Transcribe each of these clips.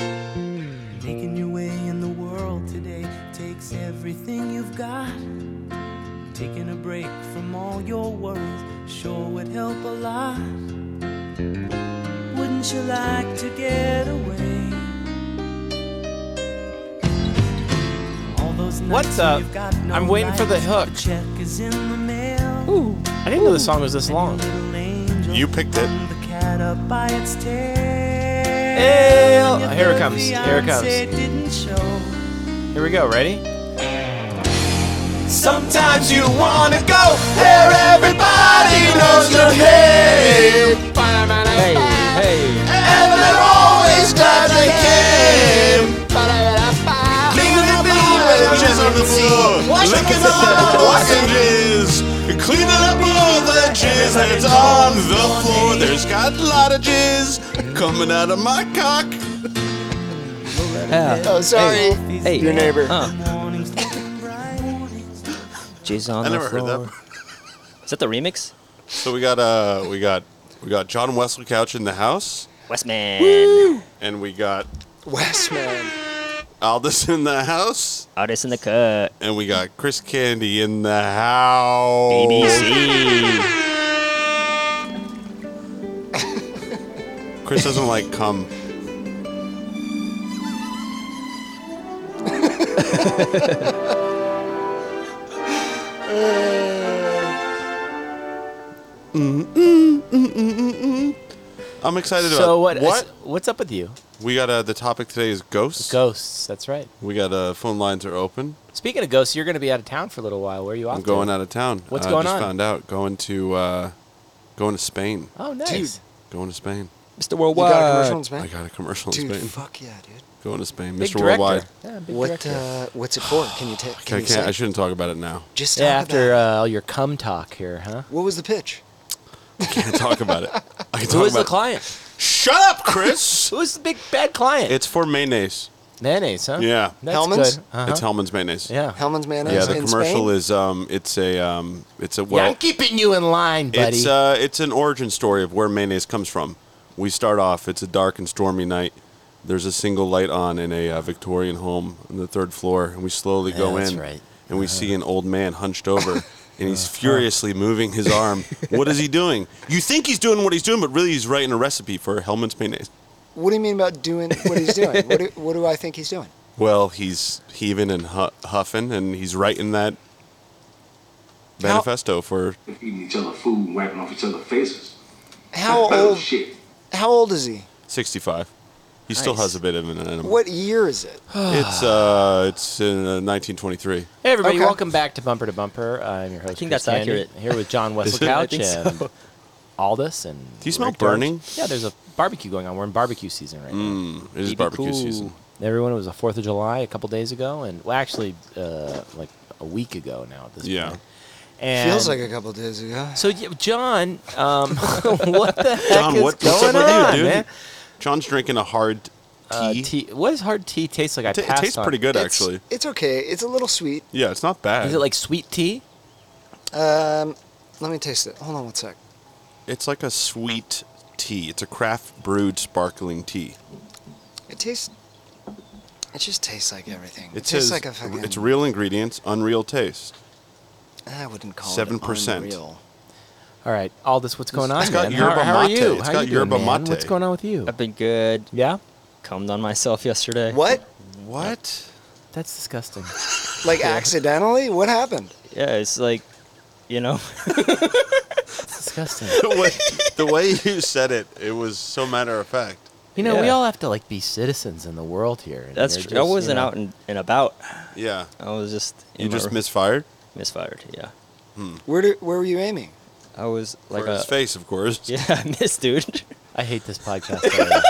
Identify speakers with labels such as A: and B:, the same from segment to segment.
A: Making your way in the world today takes everything you've got. Taking a break from all your worries sure would help a lot. Wouldn't you like to get away? All those nights
B: What's
A: when
B: up?
A: you've got no
B: I'm waiting for the
A: lights,
B: hook.
A: check is in the mail.
B: I didn't know the song was this long.
C: You picked it.
A: Hey,
B: oh, here it comes, here it comes. Here we go. Ready?
C: Sometimes you wanna go where everybody knows your name.
B: Hey, hey.
C: And they're always glad they came. Leaving the villages on the floor, licking up lozenges, cleaning up all the jizz that's on the floor. There's got a lot of jizz coming out of my cock.
D: Oh, sorry.
B: Hey.
D: Your neighbor.
E: Jizz on
C: I
E: the
C: never heard
E: floor.
C: that.
E: Is that the remix?
C: So we got uh we got we got John Wesley Couch in the house,
E: Westman.
C: and we got
D: Westman.
C: Aldous in the house,
E: Artist in the cut.
C: and we got Chris Candy in the house.
B: Oh.
E: ABC.
C: Chris doesn't like cum. I'm excited
B: So
C: about
B: what?
C: What
B: What's up with you?
C: we got? Uh, the topic today is ghosts.
B: Ghosts. That's right.
C: We got uh, phone lines are open.
B: Speaking of ghosts, you're going to be out of town for a little while. Where are you off?
C: I'm going out of town.
B: What's
C: uh,
B: going
C: just
B: on?
C: Found out going to uh, going to Spain.
B: Oh, nice.
C: Going to Spain.
E: Mr.
D: You got a
E: Worldwide.
D: commercial in Spain?
C: I got a commercial
D: Dude,
C: in Spain.
D: fuck yeah, dude.
C: Going to Spain,
B: Big
C: Mr.
B: director.
C: Worldwide.
B: Yeah, big
D: What?
B: director.
D: Uh, what's it for? Can you take? Can
C: I
D: you
C: can't.
D: say?
C: I shouldn't talk about it now.
D: Just
B: yeah,
D: talk
B: after
D: about.
B: uh, all your cum talk here, huh?
D: what was the pitch?
C: can't talk about it. I can
B: Who
C: talk
B: is the
C: about
B: client?
C: it. Shut up, Chris.
B: Who is the big bad client?
C: it's for mayonnaise.
B: mayonnaise, huh?
C: Yeah.
B: That's
D: Hellman's?
B: good. Uh-huh.
C: It's Hellman's mayonnaise.
B: yeah.
D: Hellman's mayonnaise.
C: Yeah. The
D: in
C: commercial
D: Spain?
C: is um. It's a um. It's a well.
B: yeah, I'm keeping you in line, buddy.
C: It's uh, it's an origin story of where mayonnaise comes from. We start off. It's a dark and stormy night. There's a single light on in a uh, Victorian home on the third floor, and we slowly go
B: that's
C: in,
B: right. Uh-huh.
C: and we see an old man hunched over, and he's furiously moving his arm. what is he doing? You think he's doing what he's doing, but really he's writing a recipe for Hellman's mayonnaise.
D: What do you mean about doing what he's doing? what, do, what do I think he's doing?
C: Well, he's heaving and hu- huffing, and he's writing that manifesto for
F: eating each other food and wiping off each other's faces.
D: How
C: Oh,
F: That's
D: old?
F: Shit.
D: How old is he?
C: 65. He still
B: Nice.
C: has a bit of an animal.
D: What year is it?
C: It's uh, it's in uh, 1923.
B: Hey everybody,
D: Okay.
B: welcome back to Bumper to Bumper. I'm your host. I
E: think that's accurate.
B: Here with
C: Is
B: John
C: it?
B: Wesley
C: I
B: Couch and Aldous and.
C: Do you smell
B: Rick George.
C: burning? Mm,
B: Yeah, there's a barbecue going on. We're in barbecue season right now.
C: It is
E: Keep it
C: barbecue
E: cool.
C: season.
B: Everyone it was a Fourth of July a couple days ago, and well, actually, uh, like a week ago now at this
C: Yeah.
B: point. And
D: Feels like a couple days ago.
B: So, y- John, um, what the heck
C: John,
B: is
C: what, what's
B: going
C: up with
B: on,
C: you, dude?
B: man?
C: John's drinking a hard tea.
B: Uh, tea. What does hard tea taste like? I
C: It ta- it
B: passed
C: tastes
B: on
C: pretty good,
D: It's-
C: actually.
D: It's okay. It's a little sweet.
C: Yeah, it's not bad.
B: Is it like sweet tea?
D: Um, let me taste it. Hold on one sec.
C: it's like a sweet tea. It's a craft brewed sparkling tea.
D: It tastes. It just tastes like everything. It,
C: It
D: tastes
C: says
D: like a fucking.
C: it's real ingredients, unreal taste.
D: I wouldn't call it
C: 7%.
D: unreal.
B: All right, Aldous, what's going on?
C: it's got
B: man?
C: yerba
B: how, how are
C: mate.
B: you?
C: It's
B: how
C: got
B: you doing,
C: yerba
B: man?
C: mate.
B: What's going on with you?
E: I've been good.
B: Yeah,
E: Cummed on myself yesterday.
D: What?
C: What?
B: that's disgusting.
D: Like accidentally? What happened?
E: Yeah, it's like, you know,
B: It's disgusting.
C: the, way, the way you said it, it was so matter of fact.
B: You know, we
E: Yeah.
B: all have to like be citizens in the world here. and
E: that's
B: you're
E: true. I
B: just, you
E: wasn't
B: know-
E: out and, and about.
C: Yeah.
E: I was just in
C: You
E: my
C: just
E: room.
C: misfired
E: misfired. Yeah,
D: Where do, Where were you aiming?
E: I was like
C: for his
E: a
C: face, of course.
E: yeah, I missed, dude.
B: I hate this podcast. already.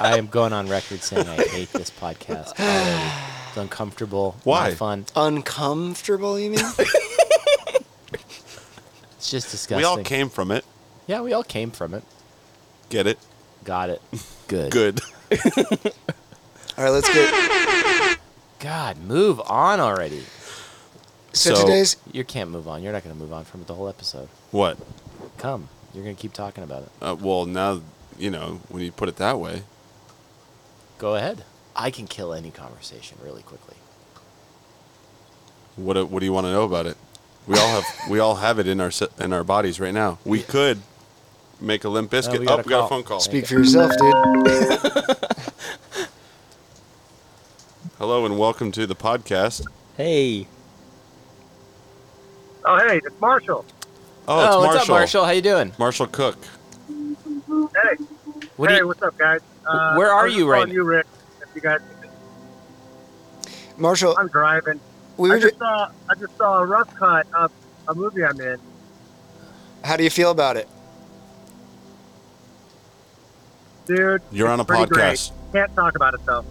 B: I am going on record saying I hate this podcast. already. It's uncomfortable.
C: Why?
B: Not fun.
D: Uncomfortable? You mean?
B: It's just disgusting.
C: We all came from it.
B: Yeah, we all came from it.
C: Get it?
B: Got it. Good.
C: Good.
D: All right, let's get.
B: God, move on already.
D: So,
C: So-
D: today's
B: You can't move on. You're not going to move on from it the whole episode.
C: What?
B: Come. You're going to keep talking about it.
C: Uh, well, now you know, when you put it that way.
B: Go ahead. I can kill any conversation really quickly.
C: What do- what do you want to know about it? We all have we all have it in our se- in our bodies right now. We could make a limp biscuit.
B: Uh, we
C: oh,
B: got a
C: we got a
B: call.
C: phone call.
D: Speak for yourself, dude.
C: Hello and welcome to the podcast.
E: Hey.
G: Oh, hey, it's Marshall.
C: Oh, it's
B: what's
C: Marshall.
B: up, Marshall? How you doing?
C: Marshall Cook.
G: Hey,
B: What do
G: hey,
B: you-
G: what's up, guys? Uh,
B: Where are
G: I was just
B: you right
G: calling
B: now?
G: You, Rick. If you guys,
D: Marshall,
G: I'm driving.
D: we
G: I
D: were.
G: just
D: Ju-
G: saw, I just saw a rough cut of a movie I'm in.
D: how do you feel about it?
G: Dude,
C: You're on a
G: pretty
C: podcast.
G: Great. Can't talk about it though.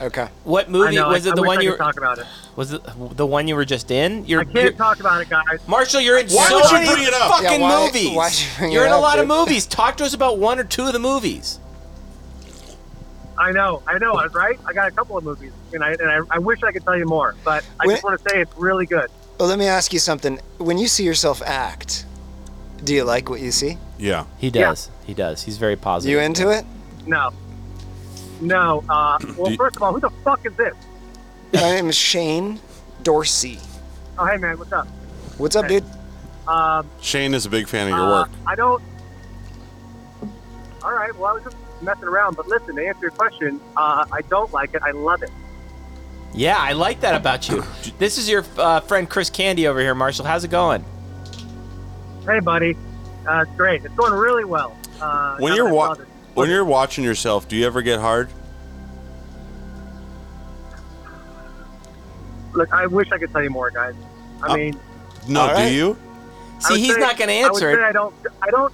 D: Okay.
B: What
G: I
B: movie
G: know.
B: was
G: I,
B: it? The
G: I wish
B: one
G: I
B: you
G: could
B: were,
G: talk about it.
B: was it the one you were just in? You're,
G: I
B: you're-
G: can't talk about it, guys.
B: Marshall, you're in
C: Why
B: so
C: would you
B: many
C: bring it up?
B: fucking
D: Yeah, why-
B: movies.
D: why'd you bring
B: are
D: it
B: in a
D: up,
B: lot of
D: dude?
B: movies. Talk to us about one or two of the movies.
G: I know, I know, I was right? I got a couple of movies, and I and I, I wish I could tell you more, but I
D: Wait.
G: just want to say it's really good.
D: Well, let me ask you something. When you see yourself act, do you like what you see?
C: Yeah.
B: He does. He does. He's very positive.
D: You into it?
G: No, no. Uh, well,
C: you-
G: first of all, who the fuck is this?
D: My name is Shane Dorsey.
G: Oh, hey, man, what's up?
D: What's up, dude?
G: Um,
C: Shane is a big fan of your
G: Uh,
B: Ah.
C: work.
G: I don't. All right. Well, I was just messing around, but listen, to answer your question, uh, I don't like it. I love it.
B: Yeah, I like that about you. this is your uh, friend Chris Candy over here, Marshall. How's it going?
G: Hey, buddy. Uh, it's great. It's going really well. Uh,
C: when
G: now that
C: you're
G: I
C: wa-
G: saw this.
C: when you're watching yourself, do you ever get hard?
G: look, I wish I could tell you more, guys. I
C: Uh,
G: mean,
C: No,
D: All right.
C: do you?
G: I would
B: See, he's
G: say-
B: not going to
G: I would
B: answer
G: say
B: it.
G: I don't. I don't.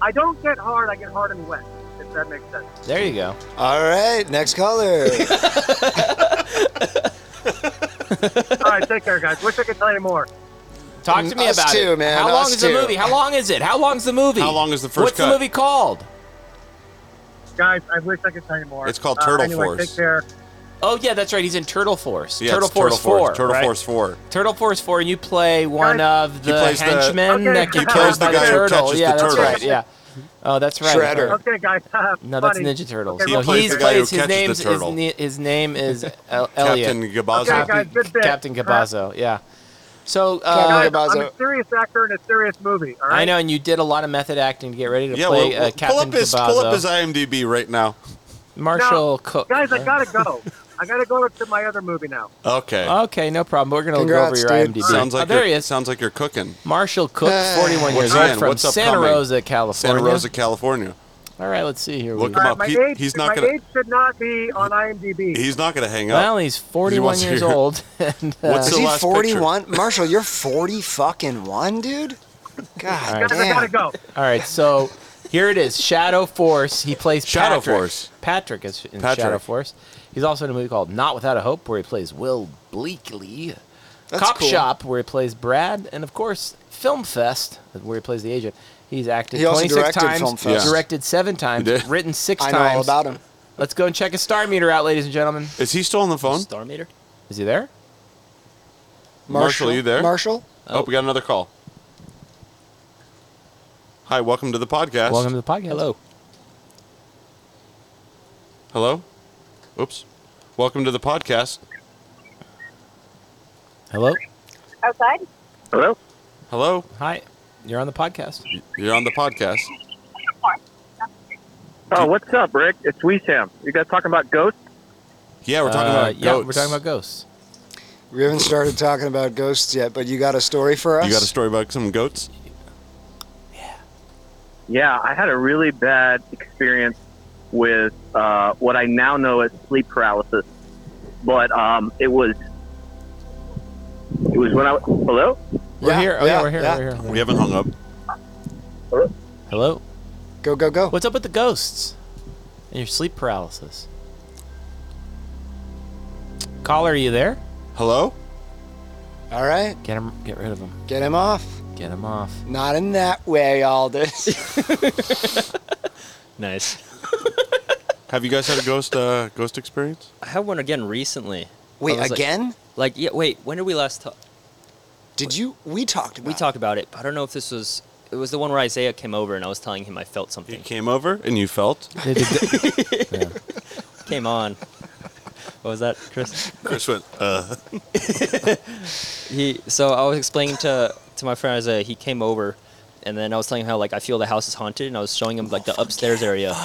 G: I don't get hard. I get hard and wet. If that makes sense.
B: There you go.
D: All right, next caller.
G: All right. Take care, guys. Wish I could tell you more.
B: Talk
C: Mm,
B: to me
D: Us
B: about
D: too,
B: it.
D: man,
B: How long
D: us
B: is the
D: too.
B: movie? How long is it? How long's the movie?
C: How long is the first
B: What's
C: cut?
B: the movie called?
G: Guys, I wish I could tell you more.
C: It's called
G: Uh,
C: Turtle
G: anyway,
C: Force.
G: Take care.
B: Oh yeah, that's right. He's in Turtle Force.
C: Yeah,
B: Turtle,
C: it's
B: Force
C: Turtle Force.
B: 4.
C: Turtle
B: right?
C: Force Four.
B: Turtle Force 4, and you play one of the
C: plays the-
B: henchmen
G: Okay.
B: that
G: He
B: gets
G: plays
B: killed
G: the
B: by the
G: guy who
B: turtle.
C: catches
B: Yeah,
C: the
B: that's
C: turtle.
B: right. Yeah. Oh, that's right.
D: Shredder.
B: Alright.
G: Okay, guys.
B: No, that's
G: Funny.
B: Ninja Turtles.
G: Okay,
C: He
B: no,
G: well,
C: plays
B: he's
C: the guy who
B: his
C: catches the
B: name's his,
C: turtle.
B: na- his name is El-
C: Captain
B: Elliot.
C: Gabazo.
G: Okay, guys, good bit.
B: Captain Cabazo. Yeah. So uh,
G: Guys,
D: Captain- Sorry, Bozo.
G: I'm a serious actor in a serious movie. All right.
B: I know, and you did a lot of method acting to get ready to
C: yeah,
B: play
C: well,
B: uh, Captain
C: pull up his
B: Cabazo.
C: pull up his IMDb right now.
B: Marshall
G: Now,
B: Cook.
G: Guys, I
B: right?
G: gotta go. I gotta go to my other movie now.
C: Okay.
B: Okay, no problem. We're gonna
D: Congrats,
B: go over your
D: dude.
B: IMDb.
C: Sounds
B: Oh,
C: like
B: there
C: you're-
B: he is.
C: sounds like you're cooking.
B: Marshall Cook, 41
C: What's
B: years old,
C: in?
B: from
C: What's
B: Santa
C: upcoming?
B: Rosa, California.
C: Santa Rosa, California.
B: All right, let's see here.
C: Look
B: We-
C: him
G: All
C: up.
G: right, Uh, my
C: He-
G: age,
C: he's
G: my
C: not gonna.
G: age should not be on IMDb.
C: He's not gonna hang up.
B: Well, he's 41
C: wants
B: years
C: your-
B: old. And, uh,
C: What's
D: Is
C: the
D: he
C: last picture?
D: 41? Marshall, you're 40 fucking one, dude? God
G: guys, I gotta
D: damn.
G: go.
B: all right, so here it is. Shadow Force. He plays
C: Shadow
B: Patrick.
C: Force.
B: Patrick is in
C: Patrick.
B: Shadow Force. He's also in a movie called Not Without a Hope, where he plays Will Bleakley.
D: That's
B: Cop
D: cool.
B: Shop, where he plays Brad, and of course Film Fest, where he plays the agent. He's acted
D: He also
B: 26
D: directed
B: times,
D: Film Fest.
C: Yeah.
B: directed seven times,
C: did.
B: written six
D: I know all
B: times.
D: about him.
B: Let's go and check his star meter out, ladies and gentlemen.
C: Is he still on the phone?
E: Star meter?
B: Is he there?
C: Marshall, you there?
D: Marshall?
C: Oh, we got another call. Hi, welcome to the podcast.
B: Welcome to the podcast. Hello.
C: Hello. Oops. Welcome to the podcast.
B: Hello.
H: outside?
G: Hello.
C: Hello.
B: Hi. You're on the podcast.
C: You're on the podcast.
G: Oh, what's up, Rick? It's Weesham. You guys talking about ghosts?
C: Yeah, we're talking
B: Uh,
C: about
B: yeah,
C: goats.
B: we're talking about ghosts.
D: We haven't started talking about ghosts yet, but you got a story for us?
C: You got a story about some goats?
G: Yeah, I had a really bad experience with uh, what I now know as sleep paralysis, but um, it was it was when I hello.
B: We're
D: Yeah,
B: here. Oh yeah,
D: yeah,
B: we're here.
D: yeah.
B: We're here.
C: We haven't hung up.
B: Hello.
D: Go, go, go.
B: What's up with the ghosts and your sleep paralysis? Caller, are you there?
C: Hello?
D: All right,
B: Get him. Get rid of him.
D: get him off.
B: Get him off.
D: Not in that way, Aldous.
E: Nice.
C: Have you guys had a ghost uh, ghost experience?
E: I had one again recently.
D: Wait,
E: I was like-
D: again?
E: Like, yeah, wait, when did we last talk?
D: Did you? We talked about
C: Ah.
E: We talked about it, but I don't know if this was It was the one where Isaiah came over and I was telling him I felt
C: He
E: something.
C: came over and you felt.
E: Came on. What was that, Chris?
C: Chris went, uh,
E: He. So I was explaining to to my friend Isaiah. He came over, and then I was telling him how like I feel the house is haunted, and I was showing him like the upstairs area.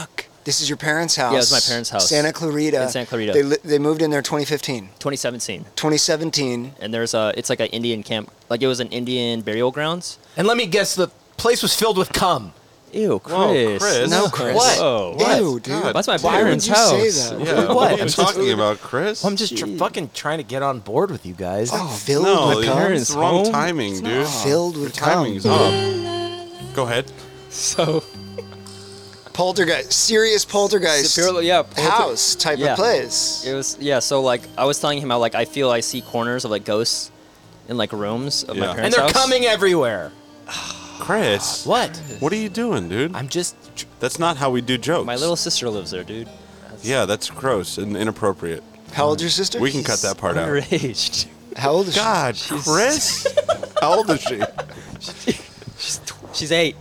D: This is your parents' house.
E: it's my parents' house.
D: Santa Clarita.
E: In Santa Clarita.
D: They, li- they moved in there 2015.
E: 2017,
D: 2017.
E: and there's a. It's like an Indian camp. Like it was an Indian burial grounds.
H: And let me guess, the place was filled with cum.
E: Ew, Chris.
C: Oh, Chris.
D: No, Chris.
E: What?
D: Ew, dude.
C: God.
E: That's my
D: Why would
E: parents'
D: you
E: house.
D: say that?
C: Yeah, what, are you talking about, Chris?
H: I'm just tr- fucking trying to get on board with you guys.
D: Oh, filled
C: no,
D: with
C: it's
D: cum.
C: the wrong
E: home?
C: timing, dude.
D: Filled
C: Your
D: with cum.
C: timing's off. Go ahead.
E: So
D: Poltergeist. Serious poltergeist.
E: apparently, yeah,
D: house type
E: Yeah.
D: of place.
E: It was yeah. So like I was telling him how like I feel I see corners of like ghosts in like rooms of
C: Yeah.
E: my
H: and
E: parents'
H: they're
E: house.
H: coming everywhere.
C: Chris,
H: What?
C: what are you doing, dude?
H: I'm just. Tr-
C: That's not how we do jokes.
E: My little sister lives there, dude.
C: Yeah, that's gross and inappropriate.
D: How old your sister?
C: We can cut that part out.
E: Underage.
D: How old is she?
C: God, Chris, how old is she?
E: she's, tw- she's eight.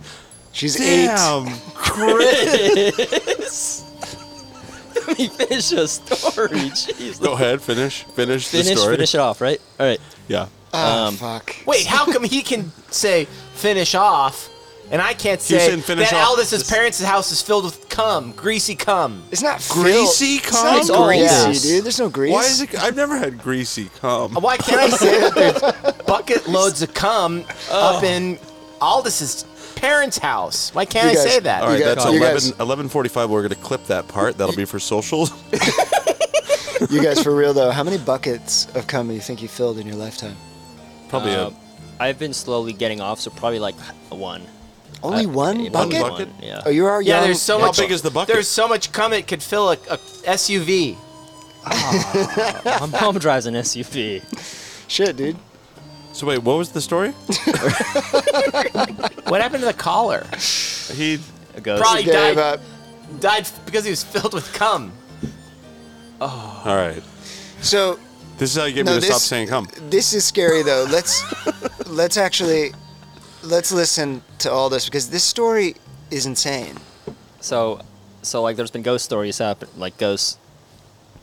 D: She's eight.
C: Damn, Chris.
E: Let me finish a story. Jeez.
C: Go ahead, finish, finish, the
E: Finish,
C: story.
E: finish it off, right? All right.
C: Yeah,
D: Oh, fuck.
H: wait, how come he can say finish off, and I can't say
C: saying finish
H: that
C: off.
H: Aldis's parents' house is filled with cum, greasy cum?
D: It's not
C: Greasy
D: filled.
C: cum?
D: It's
E: It's all
D: not greasy,
E: gas.
D: dude. There's no grease.
C: Why is it? I've never had greasy cum.
H: Why can't I say that there's bucket loads of cum up
C: Oh.
H: in Aldis's parents' house? Why can't
D: You
H: I
D: guys-
H: say that?
C: All right,
D: You guys-
C: that's
D: you
C: 11,
D: guys-
C: 11.45. We're going to clip that part. That'll be for socials.
D: You guys, for real though, how many buckets of cum do you think you filled in your lifetime?
C: Probably
E: Uh, I've been slowly getting off, so probably like a one.
D: Only
E: Uh,
D: one
E: yeah,
D: bucket?
C: bucket?
E: Yeah.
D: Oh, you are
H: Yeah,
D: young.
H: there's so
C: How
H: much.
C: big is the bucket?
H: There's so much cum it could fill a, a SUV.
E: My mom drives an SUV.
D: shit, dude.
C: a... So wait, what was the story?
H: What happened to the collar?
C: He...
E: A ghost.
H: Probably
D: Yeah,
H: died,
D: about-
H: died because he was filled with cum.
C: All right.
D: so
C: This is how you get
D: No,
C: me to stop
D: this-
C: saying cum.
D: this is scary though. Let's let's actually let's listen to all this because this story is insane.
E: So, so like, there's been ghost stories happen, like ghost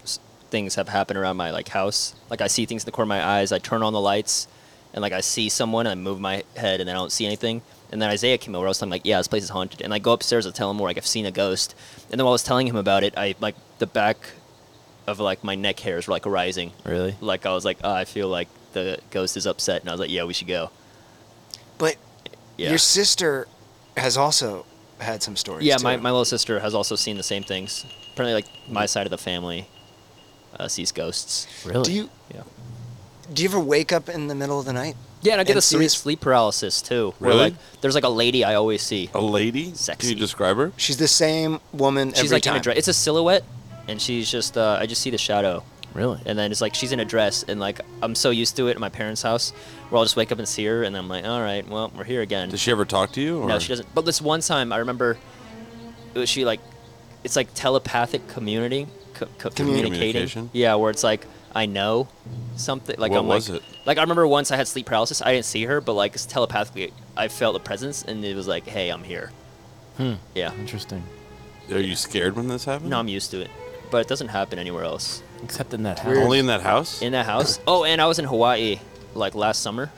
E: s- things have happened around my like house. Like I see things in the corner of my eyes. I turn on the lights, and like I see someone. I move my head, and I don't see anything. And then Isaiah came over. I was telling him, like, yeah, this place is haunted. And I go upstairs to tell him where like I've seen a ghost. And then while I was telling him about it, I like the back of like my neck hairs were like rising.
B: Really?
E: Like I was like, oh, I feel like the ghost is upset. And I was like, yeah, we should go.
D: But
E: Yeah.
D: your sister has also had some stories.
E: Yeah,
D: too.
E: my, my little sister has also seen the same things. Apparently, like my side of the family uh, sees ghosts.
B: Really?
D: Do you
E: Yeah.
D: do you ever wake up in the middle of the night?
E: Yeah, and I get
D: And
E: a serious
D: sees-
E: sleep paralysis too. where,
C: Really? Oh,
E: like, there's like a lady I always see.
C: A lady?
E: Sexy.
C: Can you describe her?
D: She's the same woman
E: She's
D: every
E: like
D: time.
E: in a dress. It's a silhouette, and she's just uh, I just see the shadow,
B: Really?
E: and then it's like she's in a dress, and like I'm so used to it in my parents' house, where I'll just wake up and see her, and I'm like, all right, well, we're here again.
C: Does she ever talk to you? Or?
E: No, she doesn't. But this one time, I remember, it was she like, it's like telepathic community, co- co-
C: Communication?
E: communicating. Yeah, where it's like I know something. Like
C: What
E: I'm
C: was
E: like,
C: it?
E: like I remember once I had sleep paralysis. I didn't see her, but like it's telepathically, I felt a presence, and it was like, hey, I'm here. Hmm. Yeah.
B: Interesting.
C: Are you scared when this happened?
E: No, I'm used to it, but it doesn't happen anywhere else.
B: Except in that house.
C: Only in that house?
E: in that house. Oh, and I was in Hawaii like last summer,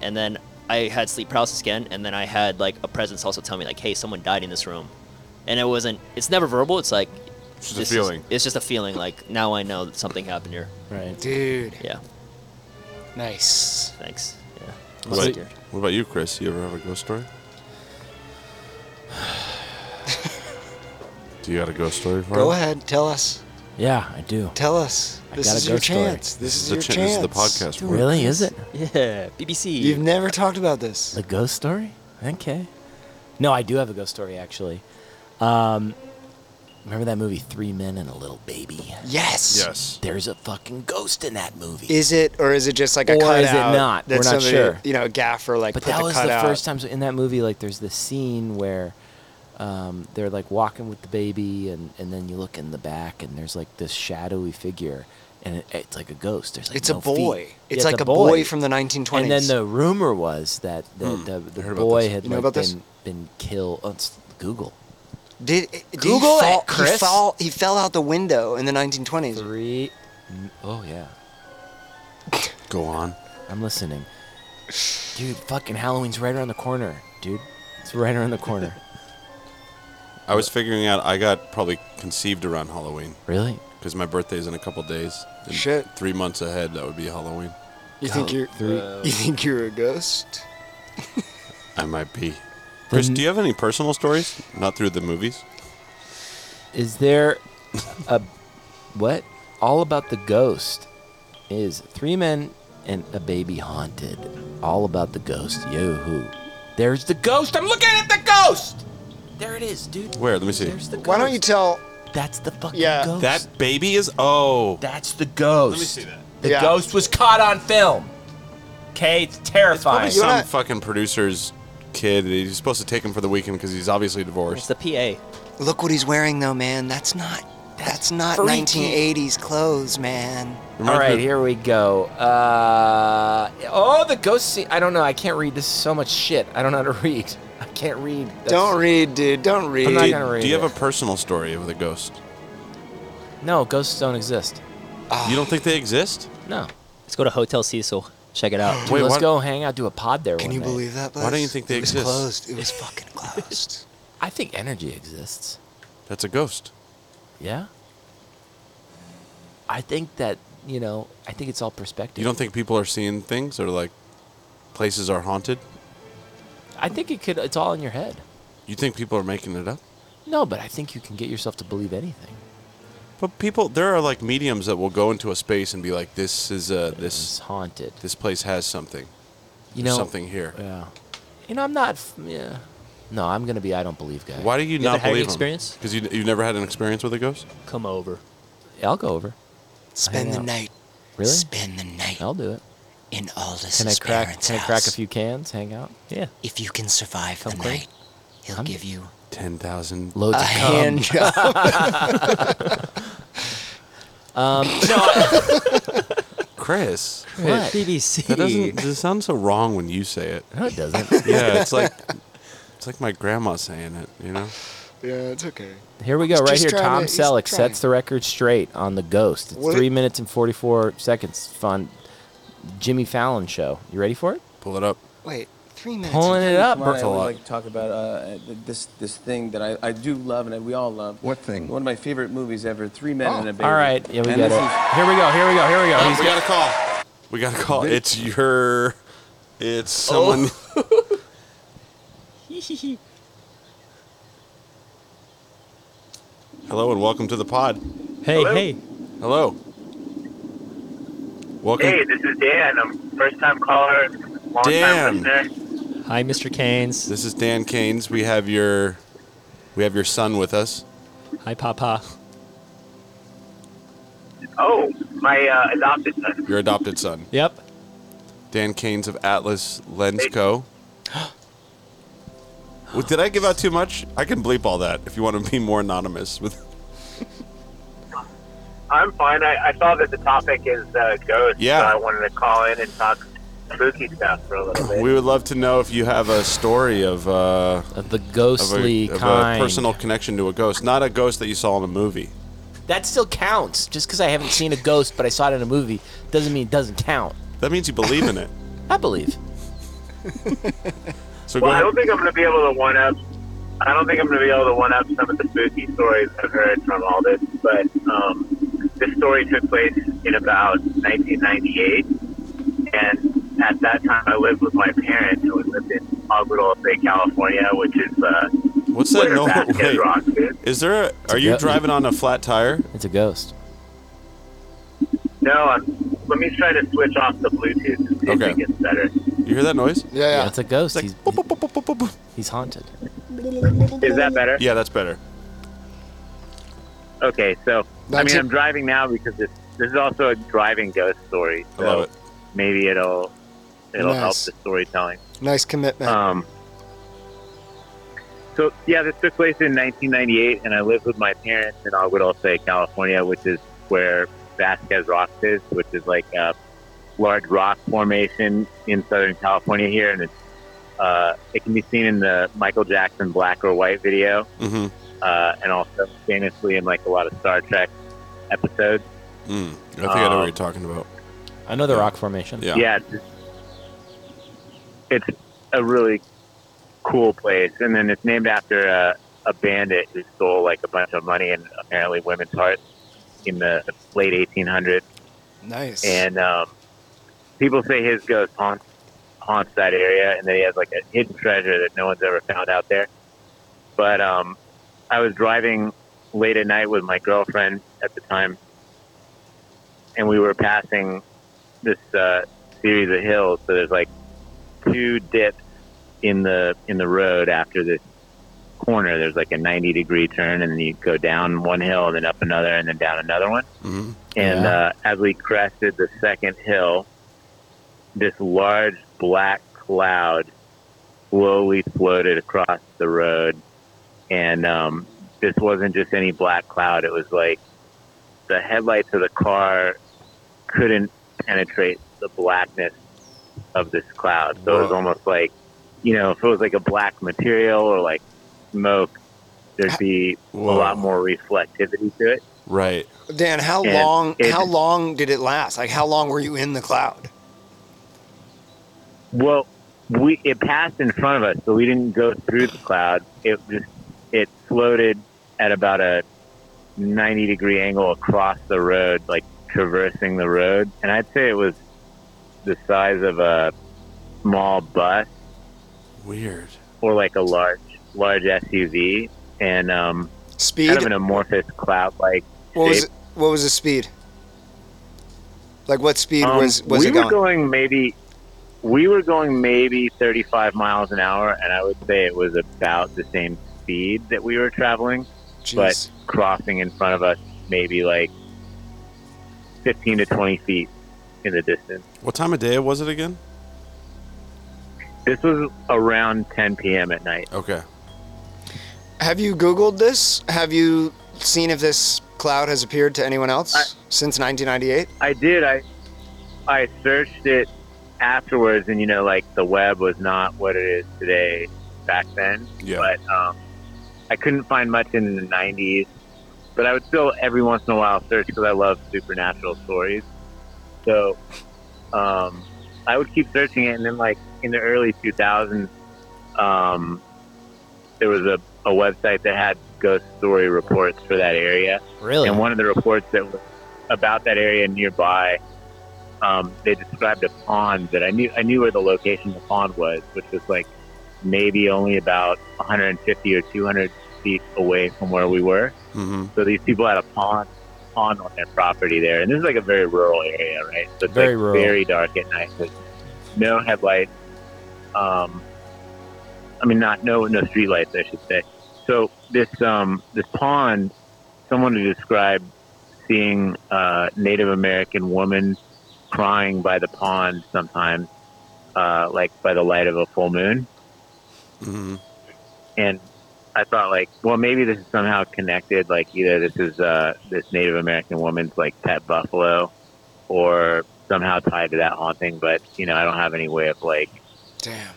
E: and then I had sleep paralysis again, and then I had like a presence also tell me like, "Hey, someone died in this room," and it wasn't. It's never verbal. It's like
C: It's just
E: this
C: a
E: is-
C: feeling.
E: it's just a feeling. Like now I know that something happened here.
B: Right.
D: Dude,
E: Yeah.
D: nice.
E: Thanks. Yeah.
C: What about- what about you, Chris? You ever have a ghost story? Do you got a ghost story for
D: Go
C: us?
D: ahead, tell us.
B: Yeah, I do.
D: Tell us.
B: I
D: This
B: got a
D: is your
B: ghost story.
D: chance. This is
C: the
D: your
C: chan- This
D: chance.
C: is the podcast. for it.
B: Really? Is it?
E: Yeah. BBC.
D: You've never talked about this.
B: The ghost story? Okay. No, I do have a ghost story actually. Um, remember that movie Three Men and a Little Baby?
D: Yes.
C: Yes.
B: There's a fucking ghost in that movie.
D: Is it, or is it just like a
B: Or
D: cutout?
B: is it not?
D: That
B: We're not
D: somebody,
B: sure.
D: You know, a gaffer like
B: but
D: put
B: that
D: the
B: was
D: cutout.
B: the first time so in that movie. Like, there's this scene where um, they're like walking with the baby, and and then you look in the back, and there's like this shadowy figure, and it, it's like a ghost. There's like
D: It's
B: no
D: a
B: feet.
D: boy.
B: Yeah,
D: It's like a boy from the 1920s.
B: And then the rumor was that the, the, the
C: heard about
B: boy
C: this.
B: had
D: You know
B: like,
D: about this?
B: been, been killed. Oh, it's Google.
D: Did, did
B: Google
D: he
B: it,
D: fall, He,
B: Chris.
D: fall, he fell out the window in the 1920s.
B: Three. mm, Oh yeah,
C: Go on.
B: I'm listening. Dude, fucking Halloween's right around the corner, dude. It's right around the corner.
C: I was figuring out I got probably conceived around Halloween
B: Really?
C: because my birthday's in a couple days. And
D: Shit.
C: Three months ahead, that would be Halloween.
D: You think you're
B: Three.
D: you think you're a ghost?
C: I might be. Chris, do you have any personal stories? Not through the movies?
B: Is there a what? All about the ghost is three men and a baby haunted. All about the ghost. Yo hoo. There's the ghost. I'm looking at the ghost. There it is, dude.
C: Where? Let me see.
B: There's the ghost.
D: Why don't you tell?
B: That's the fucking
D: Yeah.
B: ghost.
C: That baby is. Oh.
H: That's the ghost.
C: Let me see that.
H: The
D: Yeah.
H: ghost was caught on film. Okay, it's terrifying.
C: Probably some
D: not-
C: fucking producer's kid. He's supposed to take him for the weekend because he's obviously
E: It's
C: divorced.
E: the PA.
D: Look what he's wearing though, man. That's not that's not 1980s clothes, man.
C: Reminds
H: All
C: me
H: right,
C: of-
H: here we go. Uh, oh, the ghost scene. I don't know. I can't read. This is so much shit. I don't know how to read. I can't read. That's-
D: Don't read, dude. Don't read.
H: I'm not
C: Do-
H: gonna read
C: do you
H: it.
C: have a personal story of the ghost?
B: No, ghosts don't exist.
H: Ah.
C: You don't think they exist?
B: No.
E: Let's go to Hotel Cecil. Check it out.
B: Dude,
C: Wait,
B: let's
C: what-
B: go hang out, do a pod there.
D: Can
B: one
D: you
B: night.
D: believe that? Place?
C: Why don't you think they
D: it was
C: exist?
D: closed? It was fucking closed.
B: I think energy exists.
C: That's a ghost.
B: Yeah. I think that you know. I think it's all perspective.
C: You don't think people are seeing things or like places are haunted?
B: I think it could. It's all in your head.
C: You think people are making it up?
B: No, but I think you can get yourself to believe anything.
C: But people, there are like mediums that will go into a space and be like, "This is uh,
B: It's
C: this
B: haunted.
C: this place has something.
B: You
C: There's
B: know uh,
C: something here."
B: Yeah. You know, I'm not. f- Yeah. No, I'm gonna be. I don't believe guy.
C: Why do you,
E: You ever
C: not
E: had any
C: believe
E: experience?
C: Because you you've never had an experience with a ghost.
E: Come over.
B: I'll go over.
D: Spend the
B: out.
D: night.
B: Really?
D: Spend the night
B: I'll do it.
D: in Aldous'
B: Can I crack?
D: parents'
B: Can I
D: house.
B: crack a few cans? Hang out.
E: Yeah.
D: If you can survive the
E: clean.
D: night, he'll
B: I'm-
D: give you
C: Ten thousand.
B: Loads
D: a
B: of cum.
D: hand job.
C: Chris,
B: What?
C: that doesn't. It sounds so wrong when you say it.
B: No, it doesn't.
C: Yeah, it's like it's like my grandma saying it. You know.
D: yeah, it's okay.
B: Here we go,
D: He's
B: right
D: just
B: here.
D: trying
B: Tom
D: to- he's
B: Selleck
D: trying.
B: sets the record straight on the Ghost. It's
D: What-
B: three minutes and forty-four seconds. Fun. Jimmy Fallon show. You ready for it?
C: Pull it up.
D: Wait, three minutes.
B: Pulling it up.
I: Tomorrow, I
C: a
I: would
C: lot.
I: like to talk about uh, this this thing that I, I do love and we all love.
J: What thing?
I: One of my favorite movies ever, Three Men
C: Oh,
I: and a Baby.
B: All right. Yeah, we
I: and
B: got it.
I: this is-
B: Here we go. Here we go. Here we go. He's
C: we got a call. We got a call. It's your. It's someone. Hello and welcome to the pod.
E: Hey, hey.
C: Hello. Welcome.
G: Hey, this is Dan. I'm first time caller, long
C: Dan.
G: time listener.
E: Hi, Mr. Keynes.
C: This is Dan Keynes. We have your, we have your son with us.
E: Hi, Papa.
G: Oh, my uh, adopted son.
C: Your adopted son,
E: Yep.
C: Dan Keynes of Atlas Lens Co. Well, did I give out too much? I can bleep all that if you want to be more anonymous. With
G: I'm fine. I, I saw that the topic is uh, ghosts,
C: Yeah.
G: so I wanted to call in and talk spooky stuff for a little bit.
C: we would love to know if you have a story of. Uh,
B: of the
C: of
B: ghostly
C: a, of
B: kind.
C: a personal connection to a ghost, not a ghost that you saw in a movie.
B: That still counts. Just because I haven't seen a ghost, but I saw it in a movie, doesn't mean it doesn't count.
C: That means you believe in it.
B: I believe.
C: So
G: well, I
C: go
G: don't
C: ahead.
G: think I'm going to be able to one up. I don't think I'm going to be able to one up some of the spooky stories I've heard from all this, but um, this story took place in about 1998, and at that time I lived with my parents who lived in Ogden, Bay, California, which is uh,
C: What's that?
G: where
C: No,
G: Baskin
C: wait.
G: Rock is.
C: Is there? A, are you
B: go-
C: driving on a flat tire?
B: It's a ghost.
G: No, I'm, let me try to switch off the Bluetooth and see
C: Okay.
G: if it gets better.
C: You hear that noise?
D: Yeah, yeah.
B: It's a ghost.
C: It's like
B: he's,
C: boop, boop, boop, boop, boop, boop.
B: he's haunted.
G: Is that better?
C: yeah, that's better.
G: Okay, so I
D: That's
G: mean,
D: it.
G: I'm driving now because this this is also a driving ghost story.
C: I
G: So
C: love it.
G: maybe it'll it'll help
D: Nice.
G: the storytelling.
D: Nice commitment.
J: Uh,
G: Um, so yeah, this took place in 1998, and I lived with my parents in Aguadulce, California, which is where
J: Vasquez Rock is, which is like a large rock formation in Southern California here, and it's uh, it can be seen in the Michael Jackson Black or White video,
C: Mm-hmm.
J: uh, and also famously in like a lot of Star Trek episodes.
C: Mm. I think I know what
J: Um,
C: you're talking about.
E: I know the rock formation.
C: Yeah.
J: yeah, it's, it's a really cool place, and then it's named after a, a bandit who stole like a bunch of money and apparently women's hearts in the late 1800s.
D: Nice.
J: And um, people say his ghost haunts haunts that area, and that he has like a hidden treasure that no one's ever found out there. But um, I was driving late at night with my girlfriend at the time, and we were passing this uh, series of hills. So there's like two dips in the in the road after this corner. There's like a 90 degree turn, and then you go down one hill, and then up another, and then down another one.
C: Mm-hmm.
J: And uh, as we crested the second hill, this large black cloud slowly floated across the road. And um, this wasn't just any black cloud, it was like the headlights of the car couldn't penetrate the blackness of this cloud. So it was
C: Whoa.
J: almost like, you know, if it was like a black material or like smoke, there'd be a
C: Whoa.
J: lot more reflectivity to it.
C: Right.
D: Dan, how
J: And
D: long?
J: it-
D: how long did it last? Like, how long were you in the cloud?
J: Well, we it passed in front of us, so we didn't go through the cloud. It just it floated at about a ninety degree angle across the road, like traversing the road. And I'd say it was the size of a small bus
C: Weird.
J: or like a large large SUV, and um,
D: Speed.
J: kind of an amorphous cloud like
D: what was
J: shape.
D: it, what was the speed? Like, what speed
J: Um,
D: was was
J: we
D: it
J: were
D: going?
J: going maybe we were going maybe 35 miles an hour and i would say it was about the same speed that we were traveling
D: Jeez.
J: but crossing in front of us maybe like 15 to 20 feet in the distance
C: What time of day was it again?
J: this was around 10 p.m at night
C: Okay.
D: Have you Googled this? Have you seen if this cloud has appeared to anyone else
J: I-
D: since 1998?
J: i did i i searched it afterwards and you know like the web was not what it is today back then
C: Yeah.
J: but um, I couldn't find much in the 90s. But I would still every once in a while search because I love supernatural stories. So um, I would keep searching it, and then like in the early 2000s, um, there was a, a website that had ghost story reports for that area.
E: Really?
J: And one of the reports that was about that area nearby, um, they described a pond that I knew I knew where the location of the pond was, which was like maybe only about 150 or 200 feet away from where we were.
C: Mm-hmm.
J: So these people had a pond pond on their property there, and this is like a very rural area, right? So it's
E: Very
J: like
E: rural.
J: very dark at night with no headlights. Um, I mean, not no no street lights, I should say. So this um, this pond, someone had described seeing a Native American woman crying by the pond sometimes, uh, like by the light of a full moon
C: Mm-hmm.
J: and I thought like, well, maybe this is somehow connected. Like either this is uh, this Native American woman's like pet buffalo, or somehow tied to that haunting. But you know, I don't have any way of like,
D: Damn.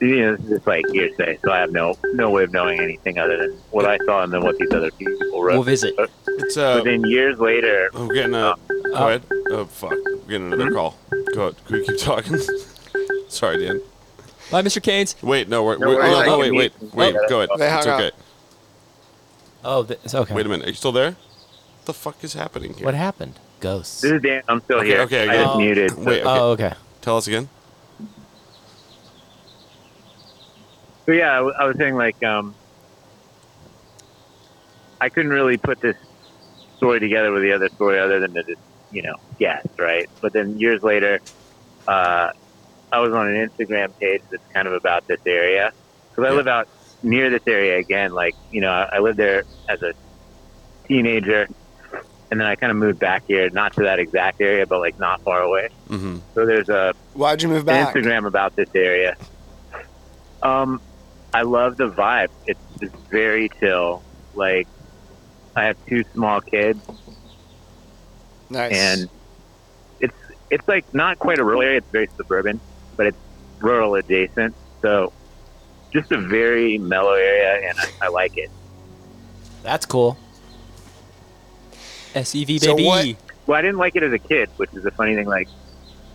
J: you know, this is just like hearsay. So I have no no way of knowing anything other than what I saw and then what these other people wrote.
E: We'll visit.
C: It's
J: But
C: uh,
J: then years later,
C: I'm getting
J: Uh,
C: a. Go ahead. Oh fuck, I'm getting another call. Mm-hmm. Go ahead. Can we keep talking? Sorry, Dan.
E: Bye, Mr. Keynes.
C: Wait, no, we're,
J: No
C: we're,
J: worries,
C: no,
J: I can
C: no, wait, wait,
J: meet-
C: wait.
J: Oh,
C: Go ahead.
D: they hung
C: It's okay.
B: Oh, th- it's okay.
C: Wait a minute. Are you still there? What the fuck is happening here?
B: What happened? Ghosts.
J: this is Dan. I'm still
C: Okay,
J: here.
C: okay,
J: I just
B: okay.
J: muted. so-
C: Wait. uh, Okay.
B: Oh, okay.
C: Tell us again.
J: So yeah, I, w- I was saying like um, I couldn't really put this story together with the other story other than to just you know guess right. But then years later, uh, I was on an Instagram page that's kind of about this area because I
C: Yeah.
J: live out near this area again. Like you know, I, I lived there as a teenager, and then I kind of moved back here, not to that exact area, but like not far away.
C: Mm-hmm.
J: So there's a
D: Why'd you move back?
J: Instagram about this area. Um, I love the vibe. It's just very chill. Like, I have two small kids,
D: Nice.
J: And it's it's like not quite a rural area. It's very suburban, but it's rural adjacent. So just a very mellow area, and I, I like it.
B: That's cool.
E: SEV E baby.
J: Well, I didn't like it as a kid, which is a funny thing. Like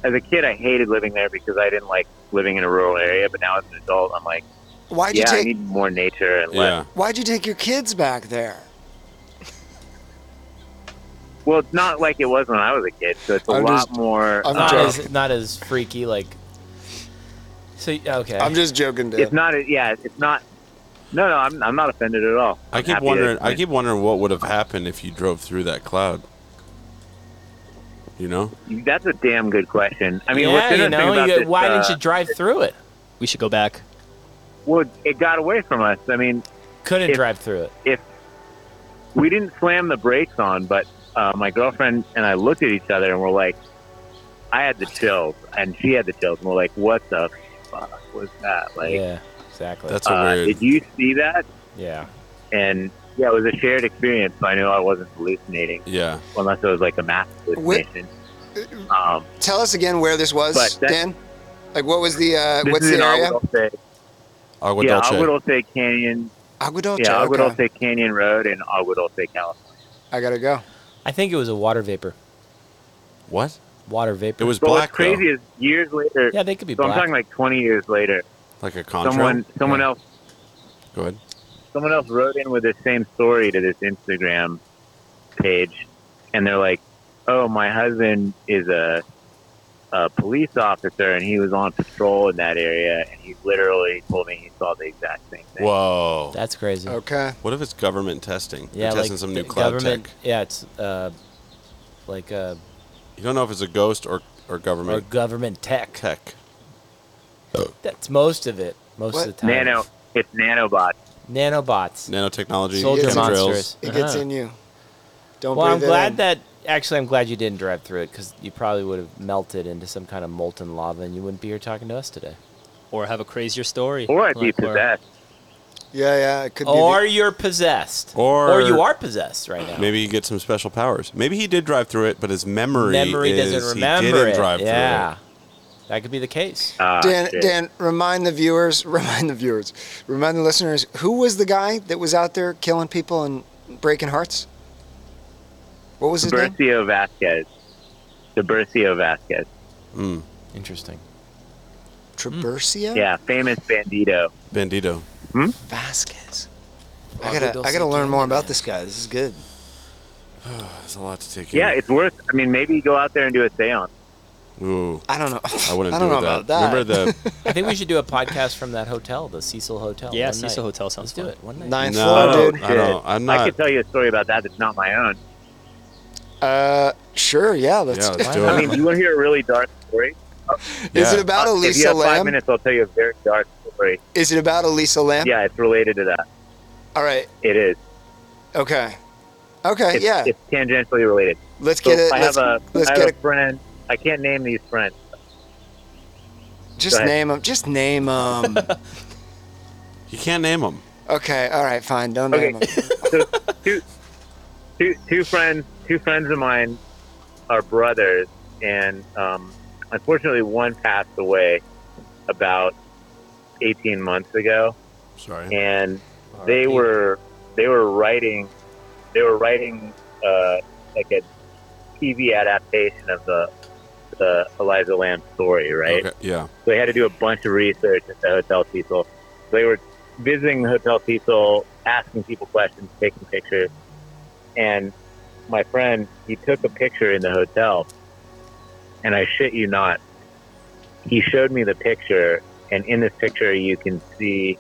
J: as a kid, I hated living there because I didn't like living in a rural area. But now as an adult, I'm like,
D: Why'd you
J: yeah, I
D: take-
J: need more nature and less.
D: Why'd you take your kids back there?
J: Well, it's not like it was when I was a kid, so it's a
D: I'm
J: lot
D: just-
J: more.
D: I'm
J: um,
D: joking.
B: It's not as freaky, like. So okay.
D: I'm just joking, dude.
J: It's not. a- Yeah, it's not. No, no, I'm, I'm not offended at all.
C: I
J: I'm
C: keep
J: happy
C: wondering.
J: that-
C: I keep wondering what would have happened if you drove through that cloud. You know,
J: That's a damn good question. I mean,
B: yeah,
J: what's
B: you
J: interesting
B: know,
J: about
B: you-
J: this,
B: why didn't
J: uh,
B: you drive through it?
E: We should go back.
J: Well, it got away from us. I mean,
B: Couldn't
J: if-
B: drive through it.
J: if we didn't slam the brakes on, but uh, my girlfriend and I looked at each other and we're like, I had the chills and she had the chills, and we're like, what the fuck was that? Like,
B: Yeah, exactly.
C: that's a
J: uh,
C: weird.
J: did you see that?
B: yeah.
J: And yeah, it was a shared experience. So I knew I wasn't hallucinating,
C: yeah,
J: unless it was like a mass hallucination.
D: uh,
J: Um,
D: Tell us again where this was,
J: But that-
D: Dan. Like, what was the uh,
J: this
D: what's
J: is
D: the
J: in
D: area?
J: Aguadulce.
C: Agua
J: Yeah,
C: Dulce.
J: Aguadulce Canyon.
D: Aguadulce.
J: Yeah,
D: okay.
J: Aguadulce Canyon Road in Aguadulce, California.
D: I gotta go.
B: I think it was a water vapor.
C: What?
B: Water vapor.
C: It was
J: But
C: black.
J: what's crazy
C: though.
J: is years later.
B: Yeah, they could be
J: so I'm
B: black.
J: talking like 20 years later.
C: Like a contrail.
J: Someone, someone else,
C: Go ahead.
J: someone else wrote in with the same story to this Instagram page, and they're like, "Oh, my husband is a, a police officer, and he was on patrol in that area, and he literally told me he saw the exact same thing."
C: Whoa.
B: That's crazy.
D: Okay.
C: What if it's government testing? They're
B: yeah,
C: testing
B: like
C: some new
B: the
C: cloud
B: government.
C: tech.
B: Yeah, it's uh, like uh,
C: You don't know if it's a ghost or or
B: or
C: government
B: government tech.
C: tech.
B: That's most of it. Most
D: What?
B: of the time.
J: Nano, it's nanobots.
B: Nanobots.
C: Nanotechnology,
B: Soldier
D: Yes.
C: chemtrails.
B: monsters.
D: It gets
B: Uh-huh.
D: in you. Don't
B: Well, I'm
D: breathe it
B: glad
D: in.
B: that. Actually, I'm glad you didn't drive through it because you probably would have melted into some kind of molten lava, and you wouldn't be here talking to us today.
E: Or have a crazier story.
J: Or I'd be
E: Like, where-
J: possessed.
D: Yeah, yeah. It could be.
B: Or
D: the-
B: you're possessed.
C: Or-
B: you are possessed right now.
C: Maybe you get some special powers. Maybe he did drive through it, but his memory,
B: Memory
C: is
B: doesn't
C: he
B: remember
C: didn't
B: it.
C: drive
B: yeah, that could be the case.
J: Ah,
D: Dan,
J: shit.
D: Dan, remind the viewers, remind the viewers, remind the listeners, who was the guy that was out there killing people and breaking hearts? What was his name?
J: Bercio Vasquez. The Bercio Vasquez.
C: through it. Mm,
B: Interesting.
D: Trabersia
J: Yeah, famous bandito.
C: Bandito.
D: Vasquez. I gotta, I gotta learn more about this guy. This is good.
C: There's a lot to take in.
J: Yeah, it's worth. I mean, maybe go out there and do a seance.
C: Ooh,
D: I don't know.
C: I wouldn't do
D: don't know
C: that.
D: about that.
C: Remember the
B: I think we should do a podcast from that hotel, the Cecil Hotel.
E: Yeah,
B: one
E: Cecil
B: night.
E: Hotel sounds
B: Let's do
E: fun.
B: it one night.
D: ninth
C: No.
D: floor,
C: Oh, I
D: dude?
C: don't- I'm not-
J: I could tell you a story about that that's not my own.
D: Uh, sure. Yeah. Let's.
C: yeah, let's
B: Why
C: do
B: not?
J: I
C: it.
J: mean, you want to hear a really dark story?
D: Is
C: Yeah.
D: it about
J: Uh, if you
D: Elisa
J: have five
D: Lamb?
J: minutes, I'll tell you a very dark story.
D: Is it about Elisa Lamb?
J: Yeah, it's related to that.
D: All right.
J: It is.
D: Okay. Okay.
J: It's,
D: Uh, yeah.
J: it's tangentially related.
D: let's
J: So
D: get it.
J: I
D: Let's,
J: have a,
D: let's
J: I
D: get
J: have
D: it.
J: a friend. I can't name these friends.
D: Just
J: ahead.
D: name them. Just name them.
C: You can't name him.
D: okay. All right. Fine. Don't
J: Okay.
D: name them.
J: So two, two, two friends, two friends of mine are brothers, and um, unfortunately, one passed away about 18 months ago.
C: Sorry.
J: and they were they were writing they were writing uh, like a TV adaptation of the the Eliza Lamb story, right?
C: Okay. Yeah.
J: So they had to do a bunch of research at the Hotel Cecil. They were visiting the Hotel Cecil, asking people questions, taking pictures, and my friend he took a picture in the hotel, and I shit you not, he showed me the picture, and in this picture you can see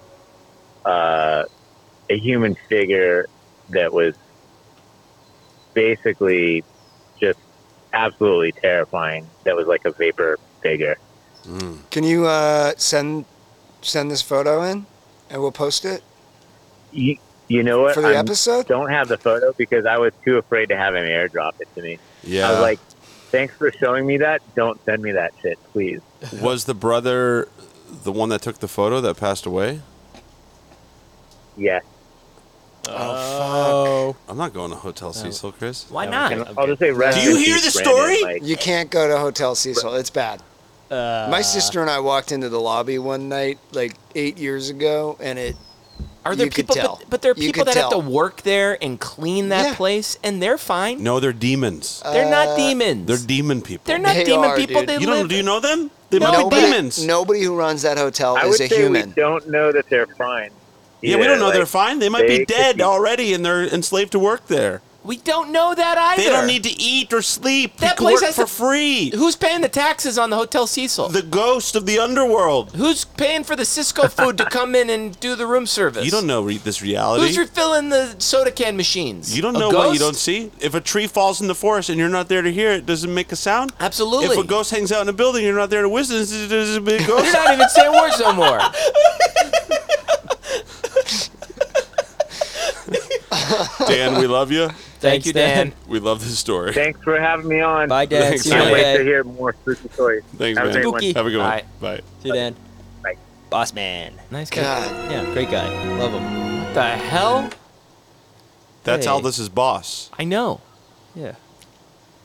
J: uh, a human figure that was basically just absolutely terrifying. That was like a vapor figure.
C: Mm.
D: Can you uh, send send this photo in, and we'll post it
J: You, you know what?
D: for the
J: I
D: episode?
J: don't have the photo because I was too afraid to have him airdrop it to me.
C: Yeah.
J: I was like, thanks for showing me that. Don't send me that shit, please.
C: was the brother the one that took the photo that passed away?
J: Yes.
C: Oh, fuck. I'm not going to Hotel Cecil, Chris.
E: Why
C: not?
E: I'll just say rest
C: Ah, Do you hear the story?
D: you can't go to Hotel Cecil. It's bad.
B: Uh.
D: My sister and I walked into the lobby one night, like eight years ago, and it.
B: Are there
D: you could
B: people?
D: tell.
B: But, but there are
D: You
B: people
D: could
B: that have
D: tell.
B: to work there and clean that
D: Yeah. Uh,
B: place, and they're fine.
C: No, they're demons.
J: Uh,
B: they're not demons.
C: They're demon people.
B: They're not
D: They
B: demon
D: are,
B: people.
D: dude.
B: They
C: you
B: live.
C: don't, do you know them? They might be
D: Nobody,
C: demons.
D: nobody who runs that hotel
J: I would
D: is a
J: say
D: human.
J: we don't know that they're fine.
C: yeah, we don't know
J: Either,
C: they're
J: like,
C: fine. They might
J: they
C: be
J: could
C: dead
J: be-
C: already and they're enslaved to work there.
B: we don't know that either.
C: They don't need to eat or sleep. They
B: That
C: can
B: place
C: work
B: has
C: for
B: to-
C: free.
B: Who's paying the taxes on the Hotel Cecil?
C: The ghost of the underworld.
B: Who's paying for the Cisco food to come in and do the room service?
C: You don't know re- this reality.
B: Who's refilling the soda can machines?
C: You don't
B: A
C: know what you
B: ghost?
C: don't see. If a tree falls in the forest and you're not there to hear it, does it make a sound?
B: Absolutely.
C: If a ghost hangs out in a building, you're not there to witness it. Does it make a
B: You're
C: ghost?
B: not even saying words no more.
C: Dan, we love you.
E: Thank you, Dan.
C: We love this story.
J: Thanks for having me on.
E: Bye, Dan.
C: Thanks,
E: See
J: Can't
E: you,
C: man.
J: wait to
E: Dan.
J: hear more spooky stories.
C: Thanks,
J: Have a
C: man.
J: great one.
E: Spooky.
C: Have a good one.
H: Bye.
C: Bye.
E: See you, Dan.
J: Bye.
E: Boss man.
B: Nice
D: God,
E: Yeah, great guy. Love him.
B: What the hell?
C: That's
E: Hey.
C: Aldous' boss.
B: I know.
E: Yeah.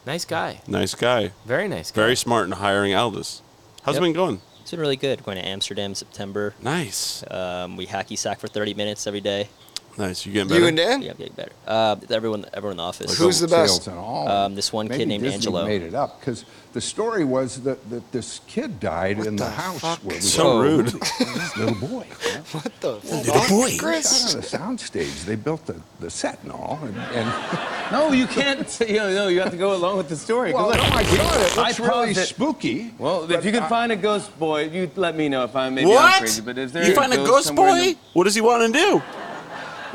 B: Nice guy.
C: Nice guy.
B: Very nice guy.
C: Very smart in hiring Aldous. How's
E: Yep.
C: it been going?
E: It's been really good. Going to Amsterdam in September.
C: Nice.
E: Um, we hacky sack for 30 minutes every day.
C: Nice. You getting better?
D: you and Dan.
E: Yeah, I'm getting better. Uh, everyone, everyone in the office.
D: Who's the best?
K: and all.
E: Um, this one kid
K: Maybe
E: named
K: Disney
E: Angelo.
K: made it up because the story was that, that this kid died in the, house where we
C: So
I: Oh,
K: were.
C: rude.
K: This little boy. yeah.
D: What the
C: Little
D: fuck,
C: boy.
K: Out
D: Chris?
K: of the soundstage, they built the, the set and all, and, and
I: No, you can't. say- You know, no, you have to go along with the story. 'cause
K: well,
I: look,
K: no, I saw it. It
I: I
K: looks
I: paused
K: really
I: it.
K: spooky.
I: Well, if
K: but
I: you can
K: I-
I: find a ghost boy, you let me know if I'm maybe I'm
C: What?
I: crazy. But is there
C: you find a ghost
I: somewhere
C: boy?
I: in the-
C: What does he want to do?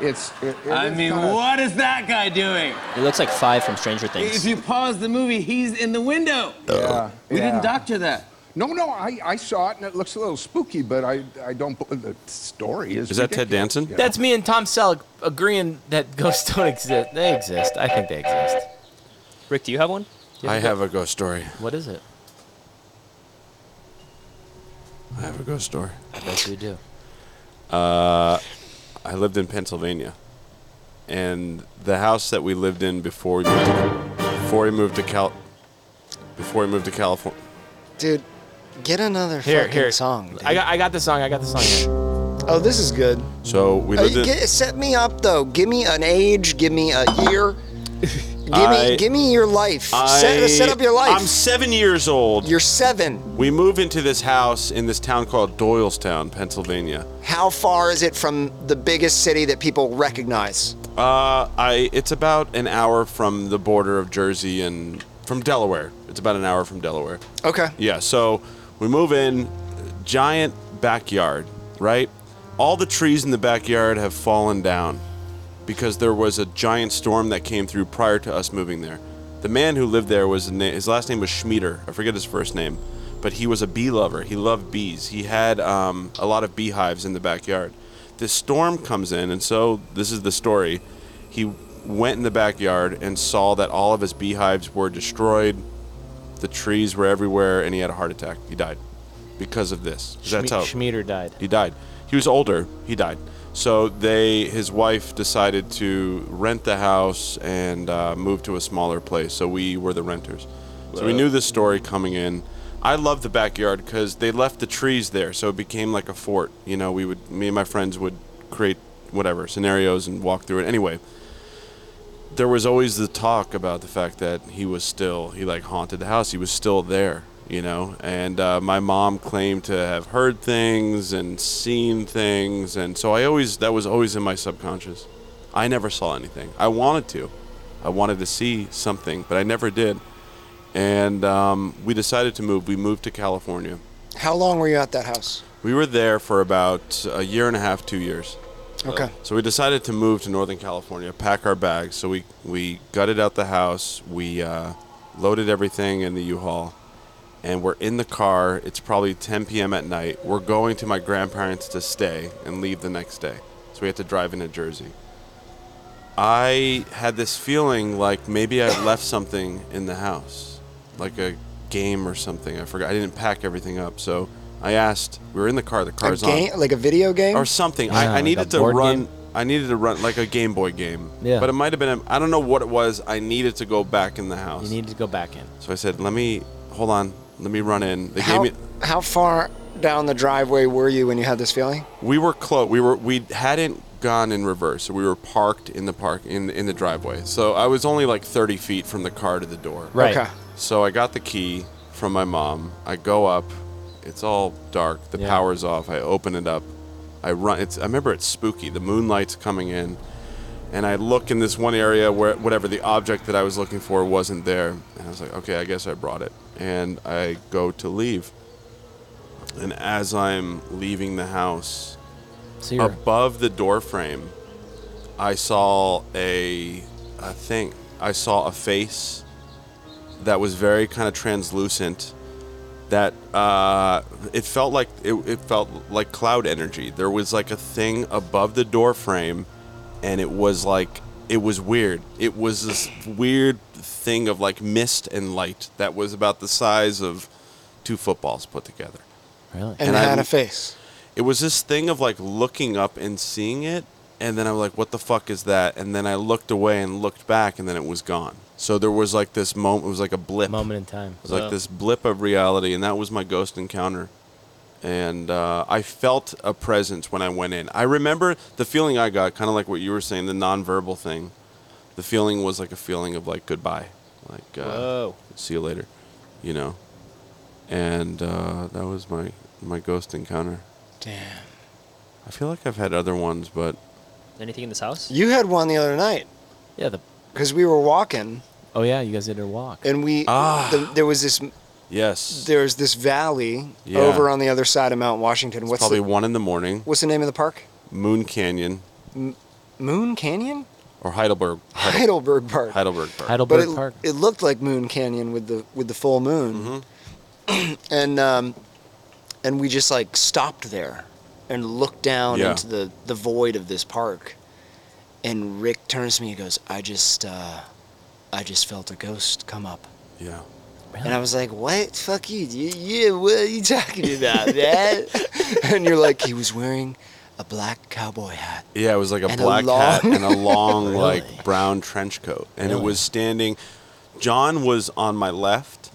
K: it's. It, it
I: I
K: is
I: mean,
K: kinda-
I: what is that guy doing?
E: He looks like Five from Stranger
I: If
E: Things.
I: you pause the movie, he's in the window.
K: Yeah,
I: We
K: yeah.
I: didn't doctor that.
K: No, no, I, I saw it and it looks a little spooky, but I I don't. bel- The story is.
C: Is that Ted
K: ridiculous,
C: Danson?
K: you know?
B: That's me and Tom Selleck agreeing that ghosts don't exist. They exist. I think they exist.
E: Rick, do you have one?
C: I have a ghost story.
B: What is it?
C: I have a ghost story. Uh,
B: I bet you do.
C: I lived in Pennsylvania, and the house that we lived in before we moved to, before we moved to Cal before we moved to California.
D: Dude, get another
B: Here,
D: fucking
B: here.
D: song. Dude.
B: I got, I got the song. I got the song. Here.
D: oh, this is good.
C: So we
D: Uh,
C: lived in.
D: get, set me up though. Give me an age. Give me a year. Give
C: I-
D: me, give me your life. set, set up your life.
C: I'm seven years old.
D: You're seven.
C: we move into this house in this town called Doylestown, Pennsylvania.
D: How far is it from the biggest city that people recognize?
C: Uh, I it's about an hour from the border of Jersey and from Delaware. It's about an hour from Delaware.
D: Okay.
C: Yeah, so we move in, giant backyard, right? All the trees in the backyard have fallen down because there was a giant storm that came through prior to us moving there. The man who lived there was na- his last name was Schmieder. I forget his first name, but he was a bee lover. He loved bees. He had um, a lot of beehives in the backyard. This storm comes in, and so this is the story. He went in the backyard and saw that all of his beehives were destroyed. The trees were everywhere, and he had a heart attack. He died because of this. That's how
B: Schmieder died.
C: he died. He was older. He died. So they, his wife, decided to rent the house and uh, move to a smaller place. So we were the renters. So we knew this story coming in. I love the backyard because they left the trees there, so it became like a fort. You know, we would, me and my friends would create whatever scenarios and walk through it. Anyway, there was always the talk about the fact that he was still he like haunted the house he was still there you know and uh, my mom claimed to have heard things and seen things and so i always that was always in my subconscious i never saw anything i wanted to i wanted to see something but i never did and um, we decided to move we moved to california
D: How long were you at that house?
C: we were there for about a year and a half two years
D: Okay.
C: so we decided to move to Northern California, pack our bags. So we we gutted out the house, we uh, loaded everything in the U-Haul, and we're in the car. It's probably 10 p.m. at night. We're going to my grandparents to stay and leave the next day. So we had to drive into Jersey. I had this feeling like maybe I left something in the house, like a game or something. I forgot. I didn't pack everything up, so I asked. We were in the car. The
D: a
C: car's on
D: game, like a video game.
C: or something.
B: Yeah,
C: I, I
B: like a
C: needed to
B: board
C: run.
B: game?
C: I needed to run like a Game Boy game.
B: Yeah.
C: But it might have been I I don't know what it was. I needed to go back in the house. You
B: needed to go back in.
C: So I said, "Let me hold on. Let me run in." They
D: How,
C: gave me
D: how far down the driveway were you when you had this feeling?
C: We were close. We were we hadn't gone in reverse. So we were parked in the park in in the driveway. So I was only like 30 feet from the car to the door.
B: Right. Okay.
C: So I got the key from my mom. I go up. It's all dark. The power's off. I open it up. I run. It's I remember it's spooky. The moonlight's coming in. And I look in this one area where whatever the object that I was looking for wasn't there. And I was like, okay, I guess I brought it. And I go to leave. And as I'm leaving the house,
B: So you're-
C: above the door frame, I saw a, a thing. I saw a face that was very kind of translucent. That uh, it felt like it, it felt like cloud energy. There was like a thing above the door frame, and it was like it was weird. It was this weird thing of like mist and light that was about the size of two footballs put together.
B: Really?
D: And,
C: I
D: it had
C: l-
D: a face.
C: It was this thing of like looking up and seeing it, and then I'm like, "What the fuck is that?" And then I looked away and looked back, and then it was gone. So there was like this moment. It was like a blip.
B: Moment in time.
C: It was like this blip of reality, and that was my ghost encounter. And uh, I felt a presence when I went in. I remember the feeling I got, kind of like what you were saying, the nonverbal thing. The feeling was like a feeling of like goodbye, like uh,
E: Whoa.
C: see you later, you know. And uh, that was my my ghost encounter.
D: Damn.
C: I feel like I've had other ones, but
E: Anything in this house?
D: You had one the other night.
B: Yeah, the
D: because we were walking
B: Oh yeah, you guys did a walk.
D: and we
B: Ah.
D: the, there was this
C: yes,
D: there was this valley
C: Yeah.
D: over on the other side of Mount Washington.
C: it's
D: What's
C: probably
D: the,
C: one in the morning.
D: what's the name of the park?
C: Moon Canyon
D: M- Moon Canyon,
C: or Heidelberg.
D: Heidelberg Park.
C: Heidelberg Park.
D: But it, It looked like Moon Canyon with the with the full moon,
C: Mm-hmm.
D: and um, and we just like stopped there and looked down
C: Yeah.
D: into the the void of this park. And Rick turns to me and goes, "I just uh, I just felt a ghost come up."
C: Yeah.
D: And I was like, "What? Fuck you! you yeah, what are you talking about, man?" and you're like, "He was wearing a black cowboy hat."
C: Yeah, it was like a
D: And a
C: black
D: long-
C: hat and a long
D: Really?
C: like brown trench coat, and it
D: Really?
C: was standing. John was on my left.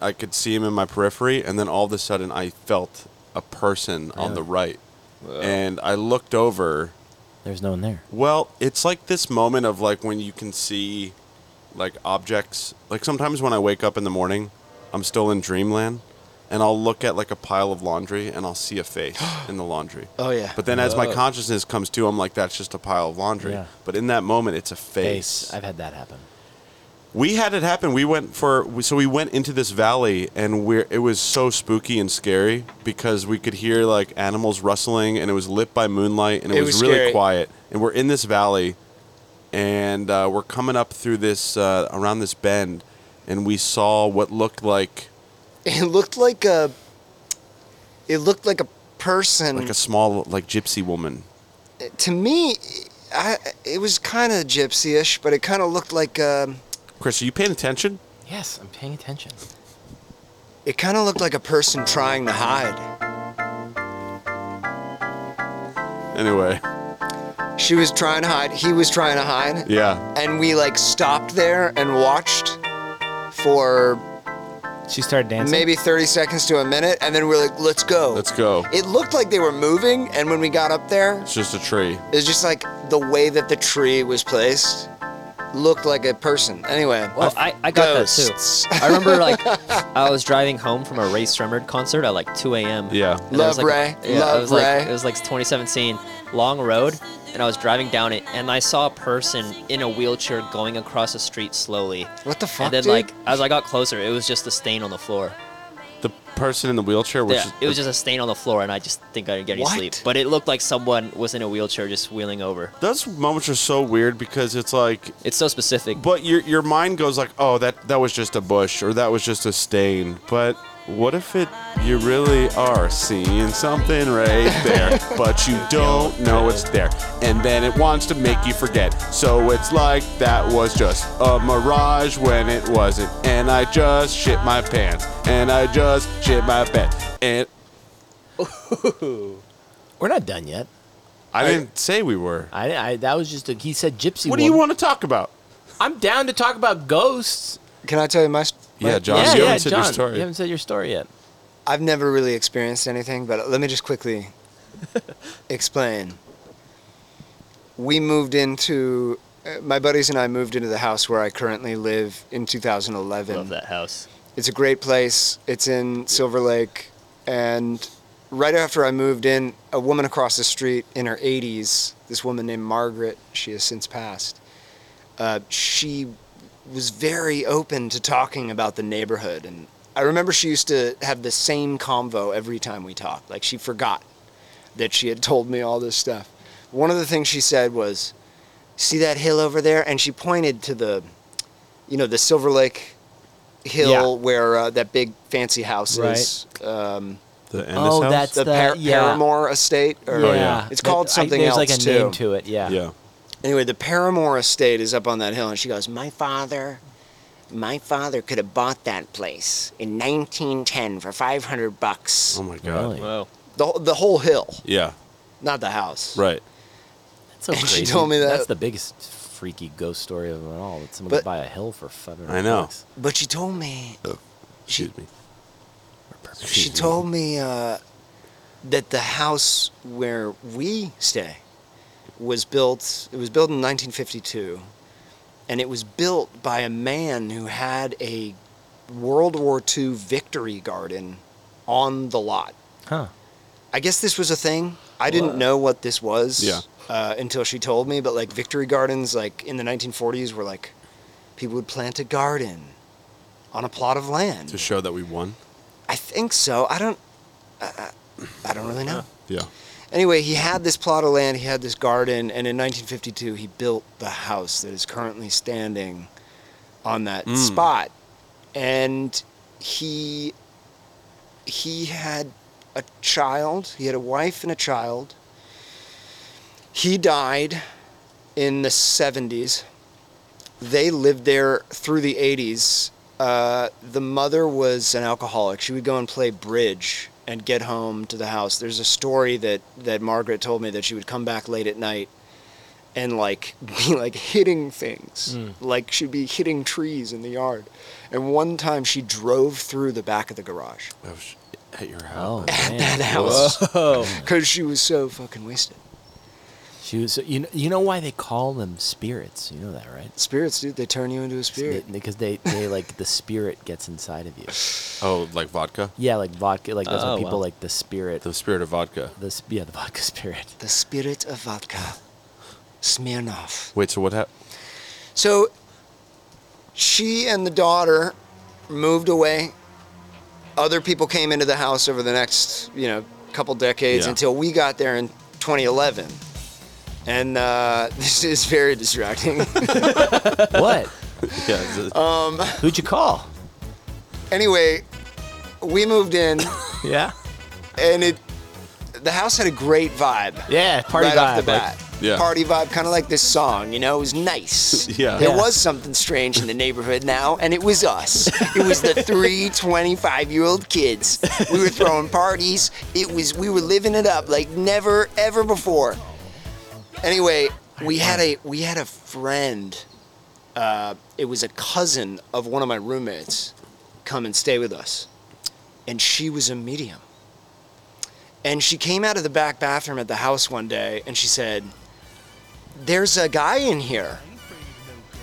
C: I could see him in my periphery, and then all of a sudden, I felt a person on
B: Really?
C: the right, and I looked over.
B: There's no one there.
C: Well, it's like this moment of like when you can see like objects. Like sometimes when I wake up in the morning, I'm still in dreamland and I'll look at like a pile of laundry and I'll see a face in the laundry.
D: Oh, yeah.
C: But then as my
B: Oh.
C: consciousness comes to, I'm like that's just a pile of laundry.
B: Yeah.
C: But in that moment it's a face.
B: Face. I've had that happen.
C: We had it happen. We went for we- so we went into this valley and we are it was so spooky and scary because we could hear like animals rustling and it was lit by moonlight and it,
L: It
C: was,
L: was
C: really
L: scary.
C: quiet. And we're in this valley and uh, we're coming up through this uh, around this bend and we saw what looked like
D: It looked like a it looked like a person.
C: like a small like gypsy woman.
D: to me, I, it was kind of gypsy-ish, but it kind of looked like um,
C: Chris, are you paying attention?
B: Yes, I'm paying attention.
D: it kind of looked like a person trying to hide.
C: Anyway,
D: She was trying to hide. He was trying to hide.
C: yeah.
D: And we like stopped there and watched for
B: She started dancing.
D: maybe 30 seconds to a minute, and then we were like, "Let's go."
C: Let's go.
D: It looked like they were moving, and when we got up there,
C: It's just a tree.
D: it was just like the way that the tree was placed looked like a person. Anyway,
E: Well, Oh, I, I got
D: Ghosts.
E: that too. I remember like I was driving home from a Ray Sremmerd concert at like 2 a.m.
C: Yeah.
E: And there
D: Love
E: was, like,
D: Ray.
E: Yeah,
D: Love
E: it was like
D: Ray.
E: it was like 2017 long road, and I was driving down it, and I saw a person in a wheelchair going across the street slowly.
D: What the fuck,
E: And then
D: dude?
E: like as I got closer, it was just a stain on the floor.
C: The person in the wheelchair was
E: yeah,
C: just,
E: it was just a stain on the floor, and I just think I didn't get any
C: What?
E: sleep. But it looked like someone was in a wheelchair just wheeling over.
C: Those moments are so weird because it's like
E: it's so specific.
C: But your your mind goes like, "Oh, that that was just a bush or that was just a stain." But what if it you really are seeing something right there, but you don't know it's there. And then it wants to make you forget. So it's like that was just a mirage when it wasn't. And I just shit my pants. And I just shit my pants. And
B: We're not done yet.
C: I didn't say we were.
B: I, I that was just a, he said gypsy.
C: What do you want to talk about?
B: I'm down to talk about ghosts.
D: Can I tell you my? st-
C: Yeah,
D: my-
C: John,
B: Yeah,
C: you
B: yeah,
C: haven't said your
B: John,
C: story.
B: you haven't said your story yet.
D: I've never really experienced anything, but let me just quickly explain. We moved into uh, my buddies and I moved into the house where I currently live in 2011. Love
E: that house.
D: It's a great place. It's in Silver Lake, and right after I moved in, a woman across the street in her 80s, this woman named Margaret, she has since passed. Uh, she was very open to talking about the neighborhood and I remember she used to have the same convo every time we talked. Like she forgot that she had told me all this stuff. One of the things she said was, "See that hill over there?" and she pointed to the you know, the Silver Lake hill
B: Yeah.
D: where uh, that big fancy house is. Um
C: The
B: Ennis Oh, house? that's the-
D: Par-
B: yeah.
D: Paramore Estate, or
B: Oh, yeah.
D: it's
B: That-
D: called
B: I-
D: something else
B: there's like a
D: too.
B: name to it, yeah.
C: Yeah.
D: Anyway, the Paramore Estate is up on that hill, and she goes, "My father, my father could have bought that place in 1910 for 500 bucks."
C: Oh my god. Really?
E: Wow.
D: The the whole hill,
C: Yeah.
D: not the house.
C: Right.
B: That's so
D: And she
B: crazy.
D: told me that-
B: That's the biggest freaky ghost story of it all. That someone
D: But-
B: would buy a hill for five hundred.
C: I know.
B: bucks.
D: But she told me,
C: Excuse me.
D: she told me uh, that the house where we stay was built. It was built in 1952, and it was built by a man who had a World War II victory garden on the lot.
B: Huh.
D: I guess this was a thing. I didn't know what this was
C: Yeah.
D: uh, until she told me. But like victory gardens, like in the 1940s, were like people would plant a garden on a plot of land.
C: To show that we won.
D: I think so. I don't. I, I I don't really know.
C: Yeah.
D: Anyway, he had this plot of land, he had this garden, and in 1952 he built the house that is currently standing on that
C: Mm.
D: spot. And he he had a child, he had a wife and a child. He died in the 70s. They lived there through the 80s. Uh, the mother was an alcoholic. She would go and play bridge and get home to the house. There's a story that, that Margaret told me that she would come back late at night and like be like hitting things.
A: Mm.
D: Like she'd be hitting trees in the yard. And one time she drove through the back of the garage
C: I was at your
B: Oh,
C: house.
D: at that house
E: Oh.
B: Whoa.
D: because she was so fucking wasted.
B: She was. You know, you know why they call them spirits? You know that, right?
D: Spirits, dude, they turn you into a spirit.
B: Because they, they like the spirit gets inside of you.
C: Oh, like vodka?
B: Yeah, like vodka. Like that's
E: Oh,
B: what people
E: wow.
B: like the spirit.
C: The spirit of vodka.
B: The sp- yeah, the vodka spirit.
D: The spirit of vodka. Smirnoff.
C: Wait, so what happened?
D: So she and the daughter moved away. Other people came into the house over the next, you know, couple decades
C: Yeah.
D: until we got there in 2011. And uh, this is very distracting.
B: what?
C: Yeah. it's a-
D: um,
B: Who'd you call?
D: anyway, we moved in
B: Yeah.
D: and it the house had a great vibe.
B: Yeah, party
D: right off the
B: vibe, like-
D: bat.
C: Yeah.
D: Party vibe, kind of like this song, you know, it was nice.
C: Yeah.
D: There
B: Yeah.
D: was something strange in the neighborhood now, and it was us. It was the three 25 year old kids. We were throwing parties. It was, we were living it up like never, ever before. Anyway, we had a, we had a friend. Uh, it was a cousin of one of my roommates come and stay with us. And she was a medium. And she came out of the back bathroom at the house one day and she said, There's a guy in here.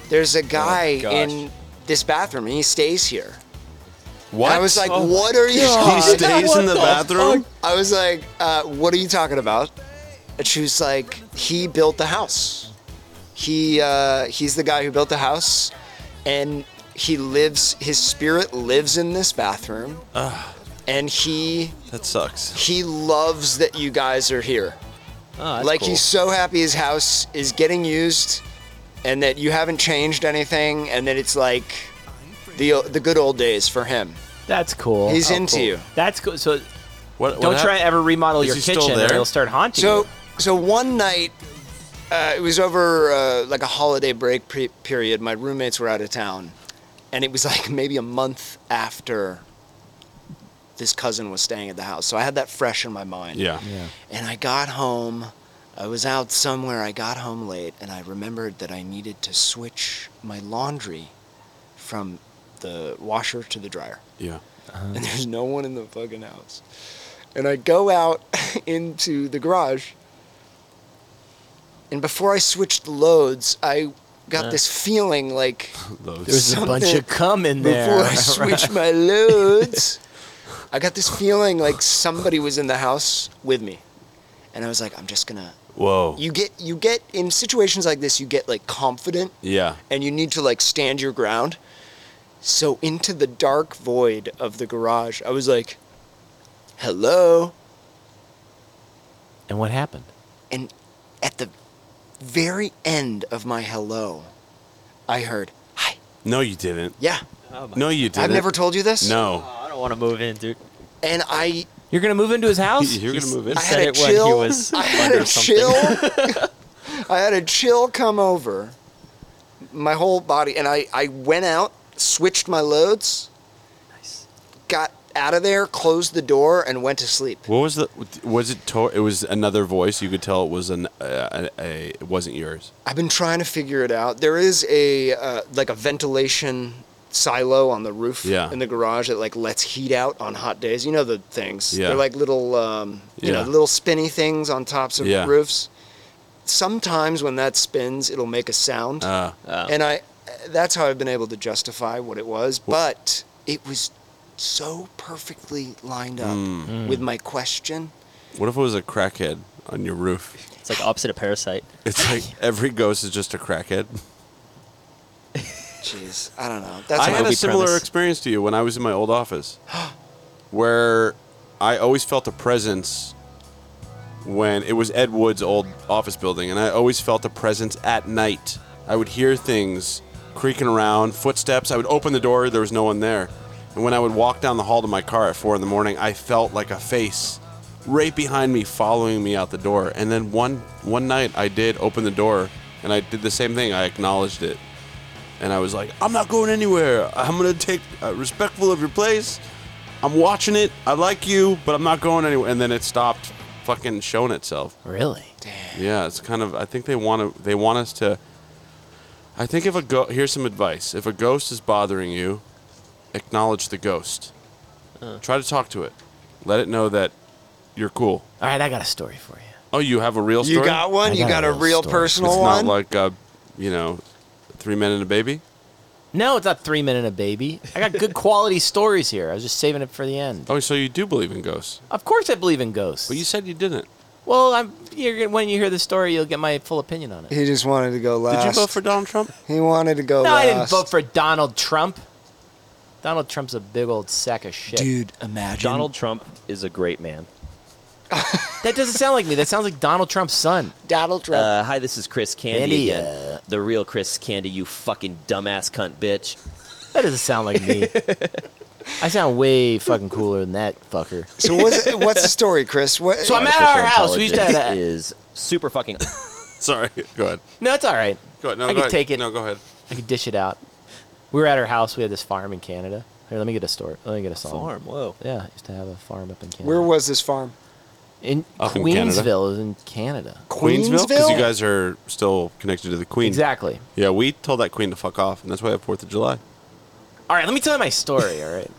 D: There's a
C: Oh
D: guy
E: gosh.
D: in this bathroom and he stays here.
C: What?
D: And I was like,
C: Oh
D: What are you
C: He
D: talking
C: stays in the bathroom?
D: I was like, uh, What are you talking about? And she was like, He built the house. He uh, He's the guy who built the house and he lives, his spirit lives in this bathroom. And he
C: That sucks.
D: he loves that you guys are here.
E: Oh, that's
D: like
E: cool.
D: he's so happy his house is getting used, and that you haven't changed anything, and that it's like the the good old days for him.
B: That's cool.
D: He's
B: Oh,
D: into
B: cool.
D: you.
B: That's cool. So
C: What, what
B: don't try
C: hap-
B: to ever remodel
C: Is
B: your
C: he still
B: kitchen, or
C: there?
B: it'll start haunting
D: So
B: you.
D: so one night, uh, it was over uh, like a holiday break pre- period. My roommates were out of town, and it was like maybe a month after this cousin was staying at the house. So I had that fresh in my mind.
C: Yeah.
B: Yeah.
D: And I got home. I was out somewhere, I got home late, and I remembered that I needed to switch my laundry from the washer to the dryer.
C: Yeah.
D: And there's no one in the fucking house. And I go out into the garage, and before I switched loads, I got
B: Yeah.
D: this feeling like
B: Loads. There's a bunch of
D: something-
B: cum in there.
D: Before I switched my loads, I got this feeling like somebody was in the house with me, and I was like, I'm just gonna.
C: Whoa.
D: You get you get in situations like this, you get like confident
C: Yeah.
D: and you need to like stand your ground. So into the dark void of the garage, I was like, "Hello."
B: And what happened?
D: And at the very end of my hello, I heard,
C: No, you didn't.
D: "Yeah."
C: No, you didn't.
D: I've never told you this.
C: No.
B: Oh,
M: I don't want to move in, dude.
D: And I
B: You're gonna move into his house?
C: You're gonna move in.
D: I had a chill. I had a chill. I had a chill come over my whole body, and I, I went out, switched my loads, got out of there, closed the door, and went to sleep.
C: What was the? Was it? To- it was another voice. You could tell it was an. Uh, a, a, it wasn't yours.
D: I've been trying to figure it out. There is a uh, like a ventilation silo on the roof
C: Yeah.
D: in the garage that like lets heat out on hot days. You know the things.
C: Yeah.
D: They're like little um, you know
C: Yeah.
D: little spinny things on tops of
C: Yeah.
D: roofs. Sometimes when that spins, it'll make a sound.
C: Uh,
D: And I that's how I've been able to justify what it was, but it was so perfectly lined up
C: Mm. Mm.
D: with my question.
C: What if it was a crackhead on your roof?
M: It's like opposite of parasite.
C: It's like every ghost is just a crackhead.
D: Jeez, I don't know. That's
C: I
D: my
C: had a
D: only
C: similar
D: premise.
C: experience to you when I was in my old office, where I always felt a presence when it was Ed Wood's old office building, and I always felt a presence at night. I would hear things creaking around, footsteps. I would open the door, there was no one there. And when I would walk down the hall to my car at four in the morning, I felt like a face right behind me following me out the door. And then one one night I did open the door and I did the same thing. I acknowledged it. And I was like, I'm not going anywhere. I'm going to take uh, respectful of your place. I'm watching it. I like you, but I'm not going anywhere. And then it stopped fucking showing itself.
B: Really?
C: Yeah, it's kind of. I think they want to. They want us to. I think if a go, here's some advice. If a ghost is bothering you, acknowledge the ghost. Try to talk to it. Let it know that you're cool.
B: All right, I got a story for you.
C: Oh, you have a real
D: You
C: story.
D: got one? I You got got a a real real story. personal
C: it's
D: one?
C: not like, uh, you know, three men and a baby.
B: No, it's not three men and a baby. I got good quality stories here. I was just saving it for the end.
C: Oh, so you do believe in ghosts?
B: Of course, I believe in ghosts. But
C: you said you didn't.
B: Well, I'm. You're, gonna- when you hear the story, you'll get my full opinion on it.
D: He just wanted to go last.
B: Did you vote
C: for Donald Trump?
D: He wanted to go
B: No,
D: last.
B: I didn't vote for Donald Trump. Donald Trump's a big old sack of shit.
D: Dude, imagine.
M: Donald Trump is a great man.
B: That doesn't sound like me. That sounds like Donald Trump's son.
D: Donald
E: Uh, hi, this is Chris Candy uh,
B: Candy,
E: again. The real Chris Candy, you fucking dumbass cunt bitch.
B: That doesn't sound like me. I sound way fucking cooler than that fucker.
D: So what's, what's the story, Chris? What,
B: So I'm at our house. We used to have that.
E: is super fucking.
C: Sorry, go ahead.
B: No, it's all right.
C: Go ahead. No,
B: I
C: go
B: could
C: ahead.
B: take it.
C: No, go ahead.
B: I could dish it out. We were at her house. We had this farm in Canada. Here, let me get a story. Let me get a song.
M: Farm, whoa.
B: Yeah, I used to have a farm up in Canada.
D: Where was this farm?
B: In
C: Up in Canada?
B: Queensville, is in Canada.
C: Queensville, because you guys are still connected to the Queen.
B: Exactly.
C: Yeah, we told that Queen to fuck off, and that's why I have Fourth of July.
B: All right, let me tell you my story. All right.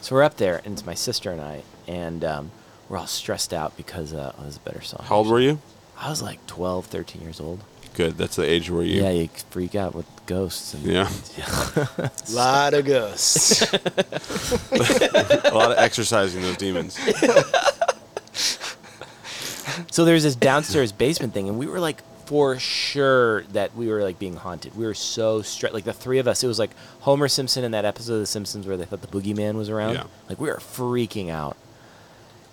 B: So we're up there, and it's my sister and I, and um, we're all stressed out because uh, oh, this is a better song.
C: How old were you?
B: I was like 12, 13 years old.
C: Good. That's the age where you.
B: Yeah, you freak out with ghosts. And
C: Yeah.
D: Lot of ghosts.
C: a lot of exercising those demons.
B: So there's this downstairs basement thing, and we were like for sure that we were like being haunted. We were so stressed. Like the three of us, it was like Homer Simpson in that episode of The Simpsons where they thought the boogeyman was around.
C: Yeah.
B: Like we were freaking out.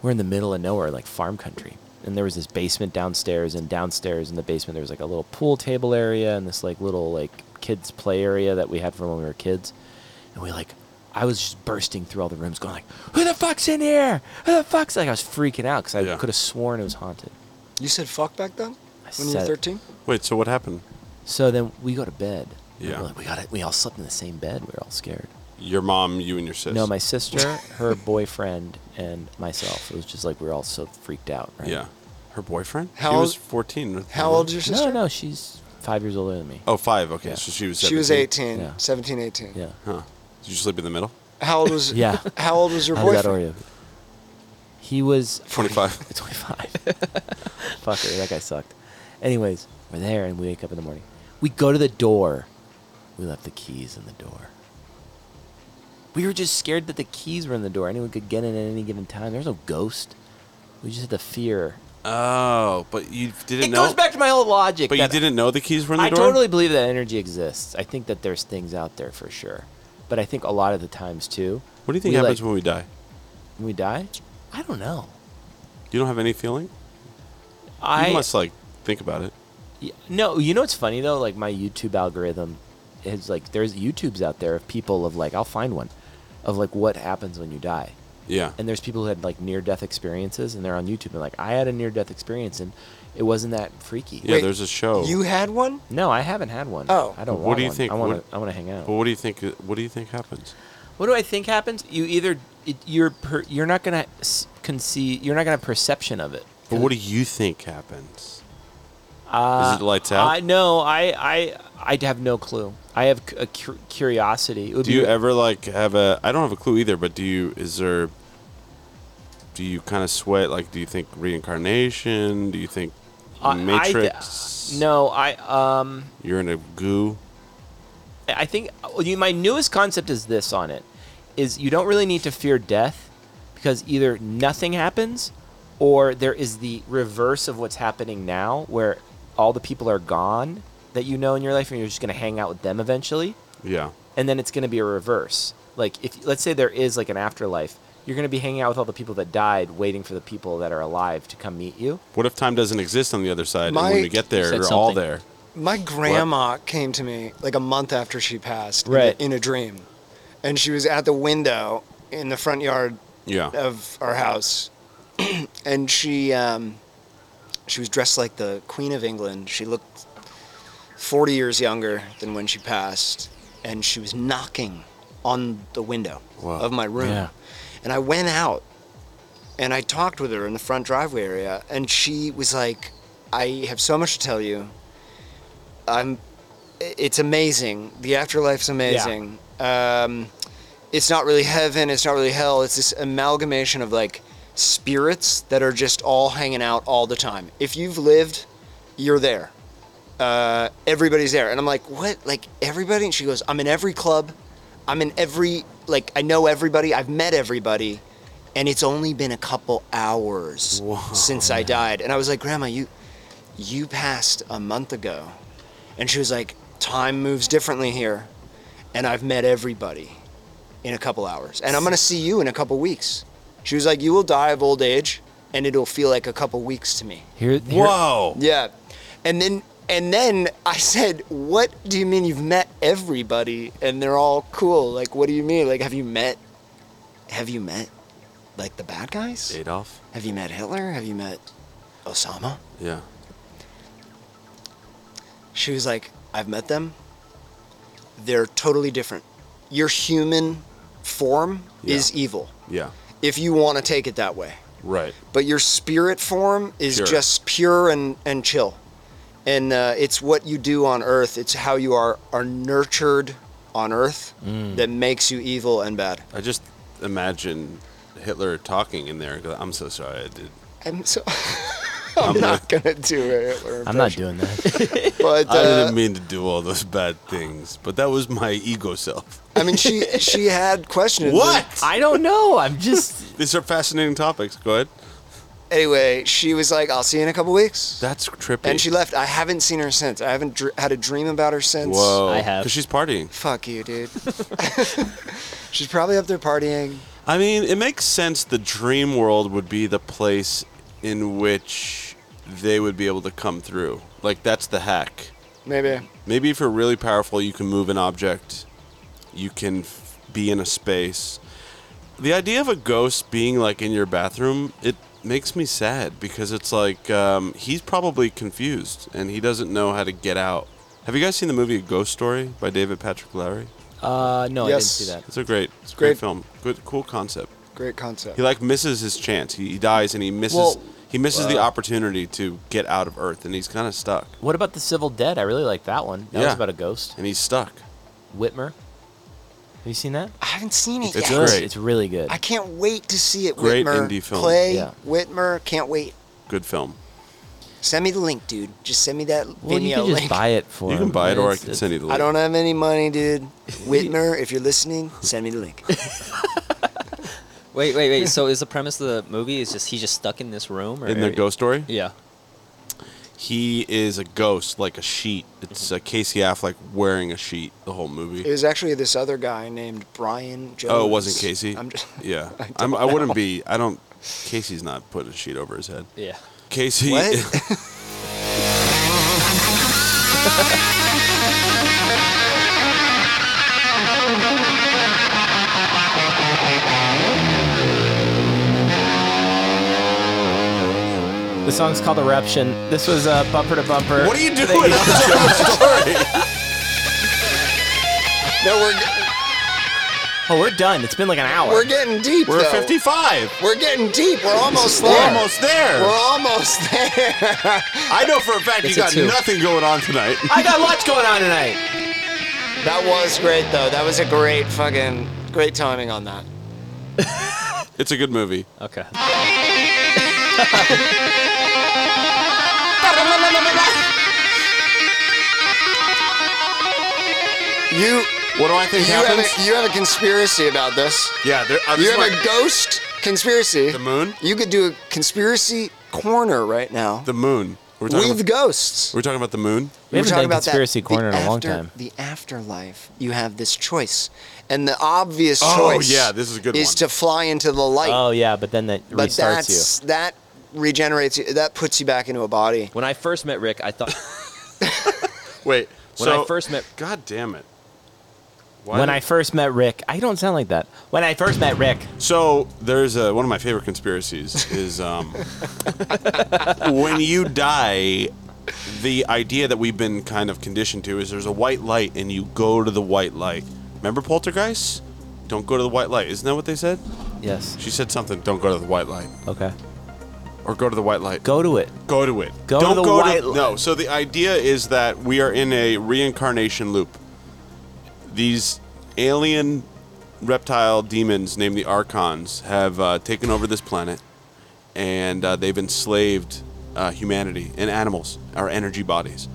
B: We're in the middle of nowhere, like farm country. And there was this basement downstairs, and downstairs in the basement there was like a little pool table area and this like little like kids play area that we had from when we were kids. And we like I was just bursting through all the rooms going like, Who the fuck's in here? Who the fuck's like I was freaking out because I could have sworn it was haunted.
D: You said fuck back then? when you were
B: said-
D: 13?
C: Wait, so what happened?
B: So then we go to bed.
C: Yeah.
B: We're like, we got it. We all slept in the same bed. We were all scared.
C: Your mom, you, and your sister.
B: No, my sister, her boyfriend, and myself. It was just like we were all so freaked out. Right?
C: Yeah. Her boyfriend?
D: How
C: he
D: old-
C: was 14.
D: how old's your sister?
B: No, no, she's five years older than me.
C: Oh, five. Okay, so she was. 17.
D: She was 18,
C: Yeah.
D: 17, 18.
B: Yeah.
C: Huh. Did you sleep in the middle?
D: How old was
B: Yeah.
D: How old was your
B: How did that
D: boyfriend?
B: Oreo? He was
C: 25.
B: 25. Fucker, that guy sucked. Anyways, we're there and we wake up in the morning. We go to the door. We left the keys in the door. We were just scared that the keys were in the door. Anyone could get in at any given time. There's no ghost. We just had the fear.
C: Oh, but you didn't
B: It
C: know.
B: goes back to my whole logic.
C: But you
B: that-
C: didn't know the keys were in the
B: I
C: door.
B: totally believe that energy exists. I think that there's things out there for sure. But I think a lot of the times too.
C: What do you think
B: we,
C: happens
B: like-
C: when we die?
B: when we die? I don't know.
C: You don't have any feeling.
B: I
C: you must like think about it.
B: Y- No, you know what's funny though? Like my YouTube algorithm is like there's YouTubes out there of people of like I'll find one of like what happens when you die.
C: Yeah.
B: And there's people who had like near death experiences and they're on YouTube and like I had a near death experience and it wasn't that freaky.
C: Yeah, Wait, there's a
B: Oh.
C: show. you
D: had one?
B: No, I haven't had one.
D: Oh.
B: I don't
C: What
B: want
C: do you
B: one.
C: think?
B: I want
C: what-
B: to I want to hang out.
C: But what do you think? What do you think happens?
B: What do I think happens? You either it, you're per, you're not going to conceive you're not going to have perception of it.
C: But what do you think happens?
B: Uh,
C: Is it lights out?
B: I no, I I I have no clue. I have c- a cur- curiosity. It would
C: do you
B: be-
C: ever like have a? I don't have a clue either. But do you? Is there? Do you kind of sweat? Like, do you think reincarnation? Do you think
B: I- I-
C: Matrix?
B: no, I um
C: You're in a goo.
B: I think well, you, my newest concept is this on it is you don't really need to fear death because either nothing happens or there is the reverse of what's happening now where all the people are gone that you know in your life and you're just going to hang out with them eventually
C: Yeah.
B: and then it's going to be a reverse like if let's say there is like an afterlife you're going to be hanging out with all the people that died waiting for the people that are alive to come meet you
C: What if time doesn't exist on the other side? and when
D: Mike-
C: we get
D: You
C: there,
D: said
C: you're all
D: something.
C: there.
D: My grandma came to me like a month after she passed in a-
B: Right.
D: in, a, dream. And she was at the window in the front yard
C: Yeah.
D: of our house. and she um, she was dressed like the Queen of England. She looked 40 years younger than when she passed. And she was knocking on the window
C: Wow.
D: of my room.
C: Yeah.
D: And I went out and I talked with her in the front driveway area. And she was like, I have so much to tell you. I'm. It's amazing. The afterlife's amazing. Um, it's not really heaven. It's not really hell. It's this amalgamation of like spirits that are just all hanging out all the time. If you've lived, you're there. Uh, everybody's there, and I'm like, what? Like everybody? And she goes, I'm in every club. I'm in every like I know everybody. I've met everybody, and it's only been a couple hours since I died. And I was like, Grandma, you you passed a month ago. And she was like, time moves differently here. And I've met everybody in a couple hours. And I'm going to see you in a couple weeks. She was like, you will die of old age and it'll feel like a couple weeks to me.
B: here, here
D: Yeah. And then and then I said, "What do you mean you've met everybody and they're all cool? Like what do you mean? Like have you met have you met like the bad guys?
C: Adolf.
D: Have you met Hitler? Have you met Osama?"
C: Yeah.
D: She was like, I've met them. They're totally different. Your human form is evil
C: Yeah.
D: if you want to take it that way.
C: Right.
D: But your spirit form is
C: Pure.
D: just pure and, and chill. And uh, it's what you do on earth, it's how you are, are nurtured on earth
C: Mm.
D: that makes you evil and bad.
C: I just imagine Hitler talking in there. I'm so sorry. I did.
D: I'm so. I'm,
C: I'm
D: not going to do a Hitler
C: I'm not
D: impression.
B: doing that
D: But,
C: I
D: uh,
C: didn't mean to do all those bad things, but that was my ego self.
D: I mean, she she had questions.
C: What?
B: I don't know. I'm just.
C: These are fascinating topics. Go ahead.
D: Anyway, she was like, "I'll see you in a couple weeks."
C: That's trippy.
D: And she left. I haven't seen her since. I haven't dr- had a dream about her since.
C: Whoa. Because she's partying.
D: Fuck you, dude. She's probably up there partying.
C: I mean, it makes sense the dream world would be the place in which they would be able to come through. Like, that's the hack.
D: Maybe.
C: Maybe if you're really powerful, you can move an object, you can f- be in a space. The idea of a ghost being like in your bathroom, it makes me sad because it's like um, he's probably confused and he doesn't know how to get out. Have you guys seen the movie A Ghost Story by David Patrick Lowry?
B: Uh, no,
D: Yes.
B: I didn't see that.
C: It's a great, it's a great,
D: Great.
C: film. Good, cool concept.
D: Great concept.
C: He like misses his chance. He, he dies and he misses.
D: Well-
C: he He misses the
B: Wow.
C: opportunity to get out of Earth, and he's kind of stuck.
B: What about the Civil Dead? I really like that one. That
C: Yeah.
B: was about a ghost.
C: And he's stuck.
B: Whitmer. Have you seen that?
D: I haven't seen it
B: It's
D: yet.
B: good. It's really good.
D: I can't wait to see it.
C: Great
D: Whitmer.
C: indie film.
D: Play
C: Yeah.
D: Whitmer. Can't wait.
C: Good film.
D: Send me the link, dude. Just send me that
B: Well, you
D: Vimeo
B: can just
D: link.
B: buy it for.
C: You can buy it, or I
B: It's-
C: can send you the
D: I
C: link.
D: don't have any money, dude. Whitmer, if you're listening, send me the link.
E: Wait, wait, wait. so is the premise of the movie is just he's just stuck in this room? Or
C: In the ghost story?
E: Yeah.
C: He is a ghost, like a sheet. It's uh, Casey Affleck wearing a sheet the whole
D: It
C: movie.
D: was actually this other guy named Brian Jones.
C: Oh, it wasn't Casey.
D: I'm just,
C: yeah,
D: I
C: I, I'm, I
D: don't know.
C: wouldn't be. I don't. Casey's not putting a sheet over his head.
E: Yeah.
C: Casey.
D: What?
B: The song's called Eruption. This was uh, bumper to bumper.
C: What are you doing? I'm so sorry.
D: no, we're
B: Oh, we're done. It's been like an hour.
D: we're getting deep.
B: We're
D: though.
C: 55.
D: We're getting deep. We're almost there.
C: We're almost there.
D: We're almost there.
C: I know for a fact you
D: It's a
C: got
D: two.
C: nothing going on tonight.
B: I got lots going on tonight.
D: That was great though. That was a great fucking great timing on that.
C: It's a good movie.
E: Okay.
D: You
C: What do I think
D: you
C: happens?
D: Have a, you have a conspiracy about this.
C: Yeah, there, uh, I'm
D: you
C: just
D: have
C: like-
D: a ghost conspiracy. The
C: moon?
D: You could do a conspiracy corner right now.
C: The moon. We're talking
D: with
C: about,
D: ghosts.
C: we're talking about the moon.
B: We
D: We're
B: haven't
D: talking
B: done
D: about that-
B: conspiracy
D: the
B: corner in a long
D: after-
B: time.
D: The afterlife. You have this choice, and the obvious
B: Oh,
D: choice.
B: yeah, this is a good
D: Is
B: one.
D: to fly into the light.
B: Oh yeah, but then that
D: but
B: restarts
D: that's that regenerates you. That puts you back into a body.
N: When I first met Rick, I thought.
C: Wait.
N: When
C: so-
N: I first met.
C: God damn it.
B: you. When I first met Rick, I don't sound like that. When I first met Rick,
C: So there's a, one of my favorite conspiracies is um, when you die, the idea that we've been kind of conditioned to is there's a white light and you go to the white light. Remember Poltergeist? Don't go to the white light. Isn't that what they said?
B: Yes.
C: She said something. Don't go to the white light.
B: Okay.
C: Or go to the white light.
B: Go to it.
C: Go to it.
B: Go to
C: Don't
B: the
C: go
B: white
C: to,
B: light.
C: No. So the idea is that we are in a reincarnation loop. These alien reptile demons named the Archons have uh, taken over this planet, and uh, they've enslaved uh, humanity and animals, our energy bodies.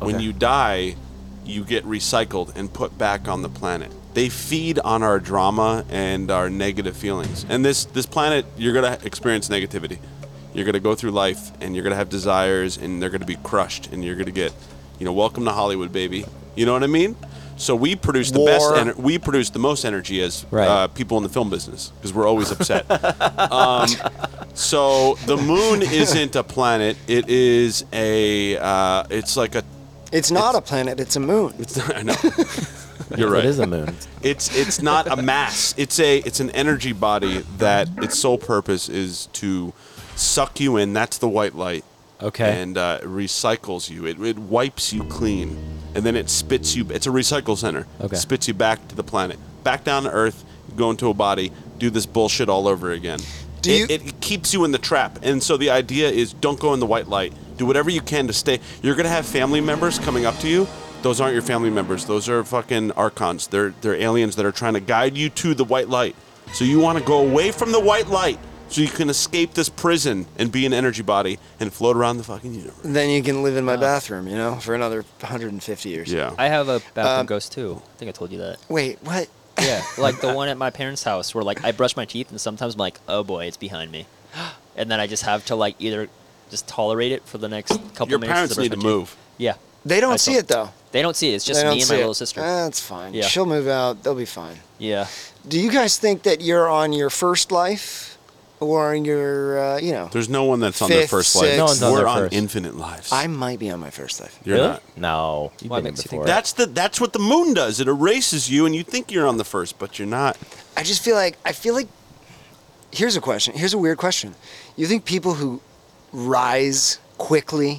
C: When
B: Okay.
C: you die, you get recycled and put back on the planet. They feed on our drama and our negative feelings. And this this planet, you're gonna experience negativity. You're gonna go through life, and you're gonna have desires, and they're gonna be crushed, and you're gonna get, you know, welcome to Hollywood, baby. You know what I mean? So we produce the best.
B: War.
C: Ener- we produce the most energy as uh, people in the film business because we're always upset. um, so the moon isn't a planet; it is a. Uh, it's like a.
D: It's not a planet. It's a moon.
C: It's not, I know. You're right.
B: It is a moon.
C: It's it's not a mass. It's a it's an energy body that its sole purpose is to suck you in. That's the white light.
B: Okay.
C: And uh, it recycles you. It, it wipes you clean, and then it spits you. It's a recycle center.
B: Okay.
C: Spits you back to the planet, back down to Earth. Go into a body. Do this bullshit all over again.
D: Do
C: it, it keeps you in the trap, and so the idea is don't go in the white light. Do whatever you can to stay. You're gonna have family members coming up to you. Those aren't your family members. Those are fucking archons. They're they're aliens that are trying to guide you to the white light. So you want to go away from the white light so you can escape this prison and be an energy body and float around the fucking universe.
D: Then you can live in my
B: Ah.
D: bathroom, you know, for another 150 years.
C: Yeah.
E: I have a bathroom
D: Um,
E: ghost too. I think I told you that.
D: Wait, what?
E: Yeah, like the one at my parents' house where like I brush my teeth and sometimes I'm like, oh boy, it's behind me, and then I just have to like either just tolerate it for the next couple
C: Your
E: minutes.
C: parents
E: to brush
C: need to
E: my teeth.
C: move.
E: Yeah,
D: They don't
E: I
D: see
E: told-
D: it though.
E: They don't see it. It's
D: They
E: just
D: don't
E: me and
D: see
E: my
D: it. Ah.
E: little sister.
D: That's fine.
E: Yeah.
D: She'll move out. They'll be fine.
E: yeah.
D: Do you guys think that you're on your first life or on your, uh, you know?
C: There's no one that's on their
D: Fifth,
C: first life.
D: sixth- No one's on
C: We're
D: their
C: on
D: first.
C: infinite lives.
D: I might be on my first life.
C: You're
B: Really?
C: not.
B: No. You've
C: Why
B: been here
C: makes you think
B: before.
C: That's the that's what the moon does. It erases you, and you think you're on the first, but you're not.
D: I just feel like I feel like here's a question. Here's a weird question. You think people who rise quickly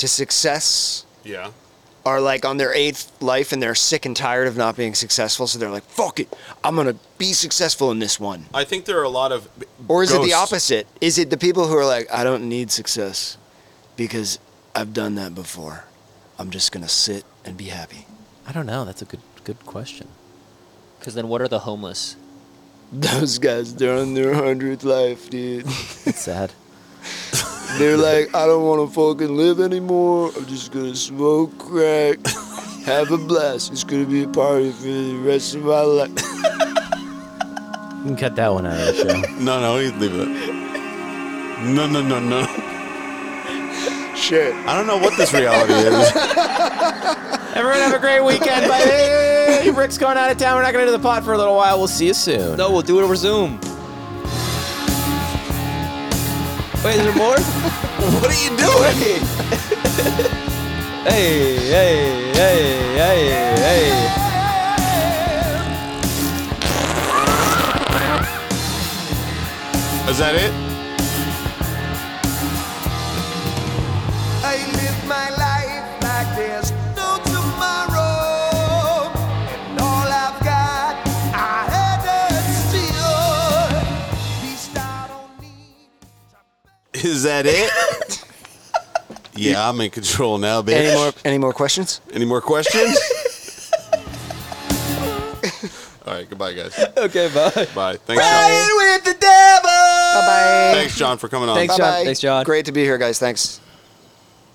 D: to success
C: Yeah.
D: are like on their eighth life and they're sick and tired of not being successful. So they're like, fuck it, I'm going to be successful in this one.
C: I think there are a lot of.
D: Or is it the
C: ghosts.
D: opposite? Is it the people who are like, I don't need success because I've done that before. I'm just going to sit and be happy.
A: I don't know. That's a good good question. Because then, what are the homeless?
D: Those guys, they're on their hundredth life, dude.
B: It's sad.
D: They're like, I don't want to fucking live anymore. I'm just gonna smoke crack, have a blast. It's gonna be a party for the rest of my life.
B: You can cut that one out of the show.
C: no, no, you leave it. No, no, no, no.
D: Shit.
C: I don't know what this reality is.
B: Everyone have a great weekend, baby. Rick's going out of town. We're not going to do the pot for a little while. We'll see you soon.
A: No, we'll do it over Zoom. Wait, is there more?
D: what are you doing?
A: hey, hey, hey, hey, hey.
C: Is that it?
O: I live my life like there's no tomorrow. And all I've got, I had to steal. These thought on
C: Is that it? yeah, I'm in control now, bitch.
D: Any more? Any more questions?
C: Any more questions? All right, goodbye, guys.
A: Okay, bye.
C: Bye. Thanks, John.
D: Riding with the devil. Bye bye.
C: Thanks, John, for coming on.
D: Bye-bye. Great to be here, guys. Thanks.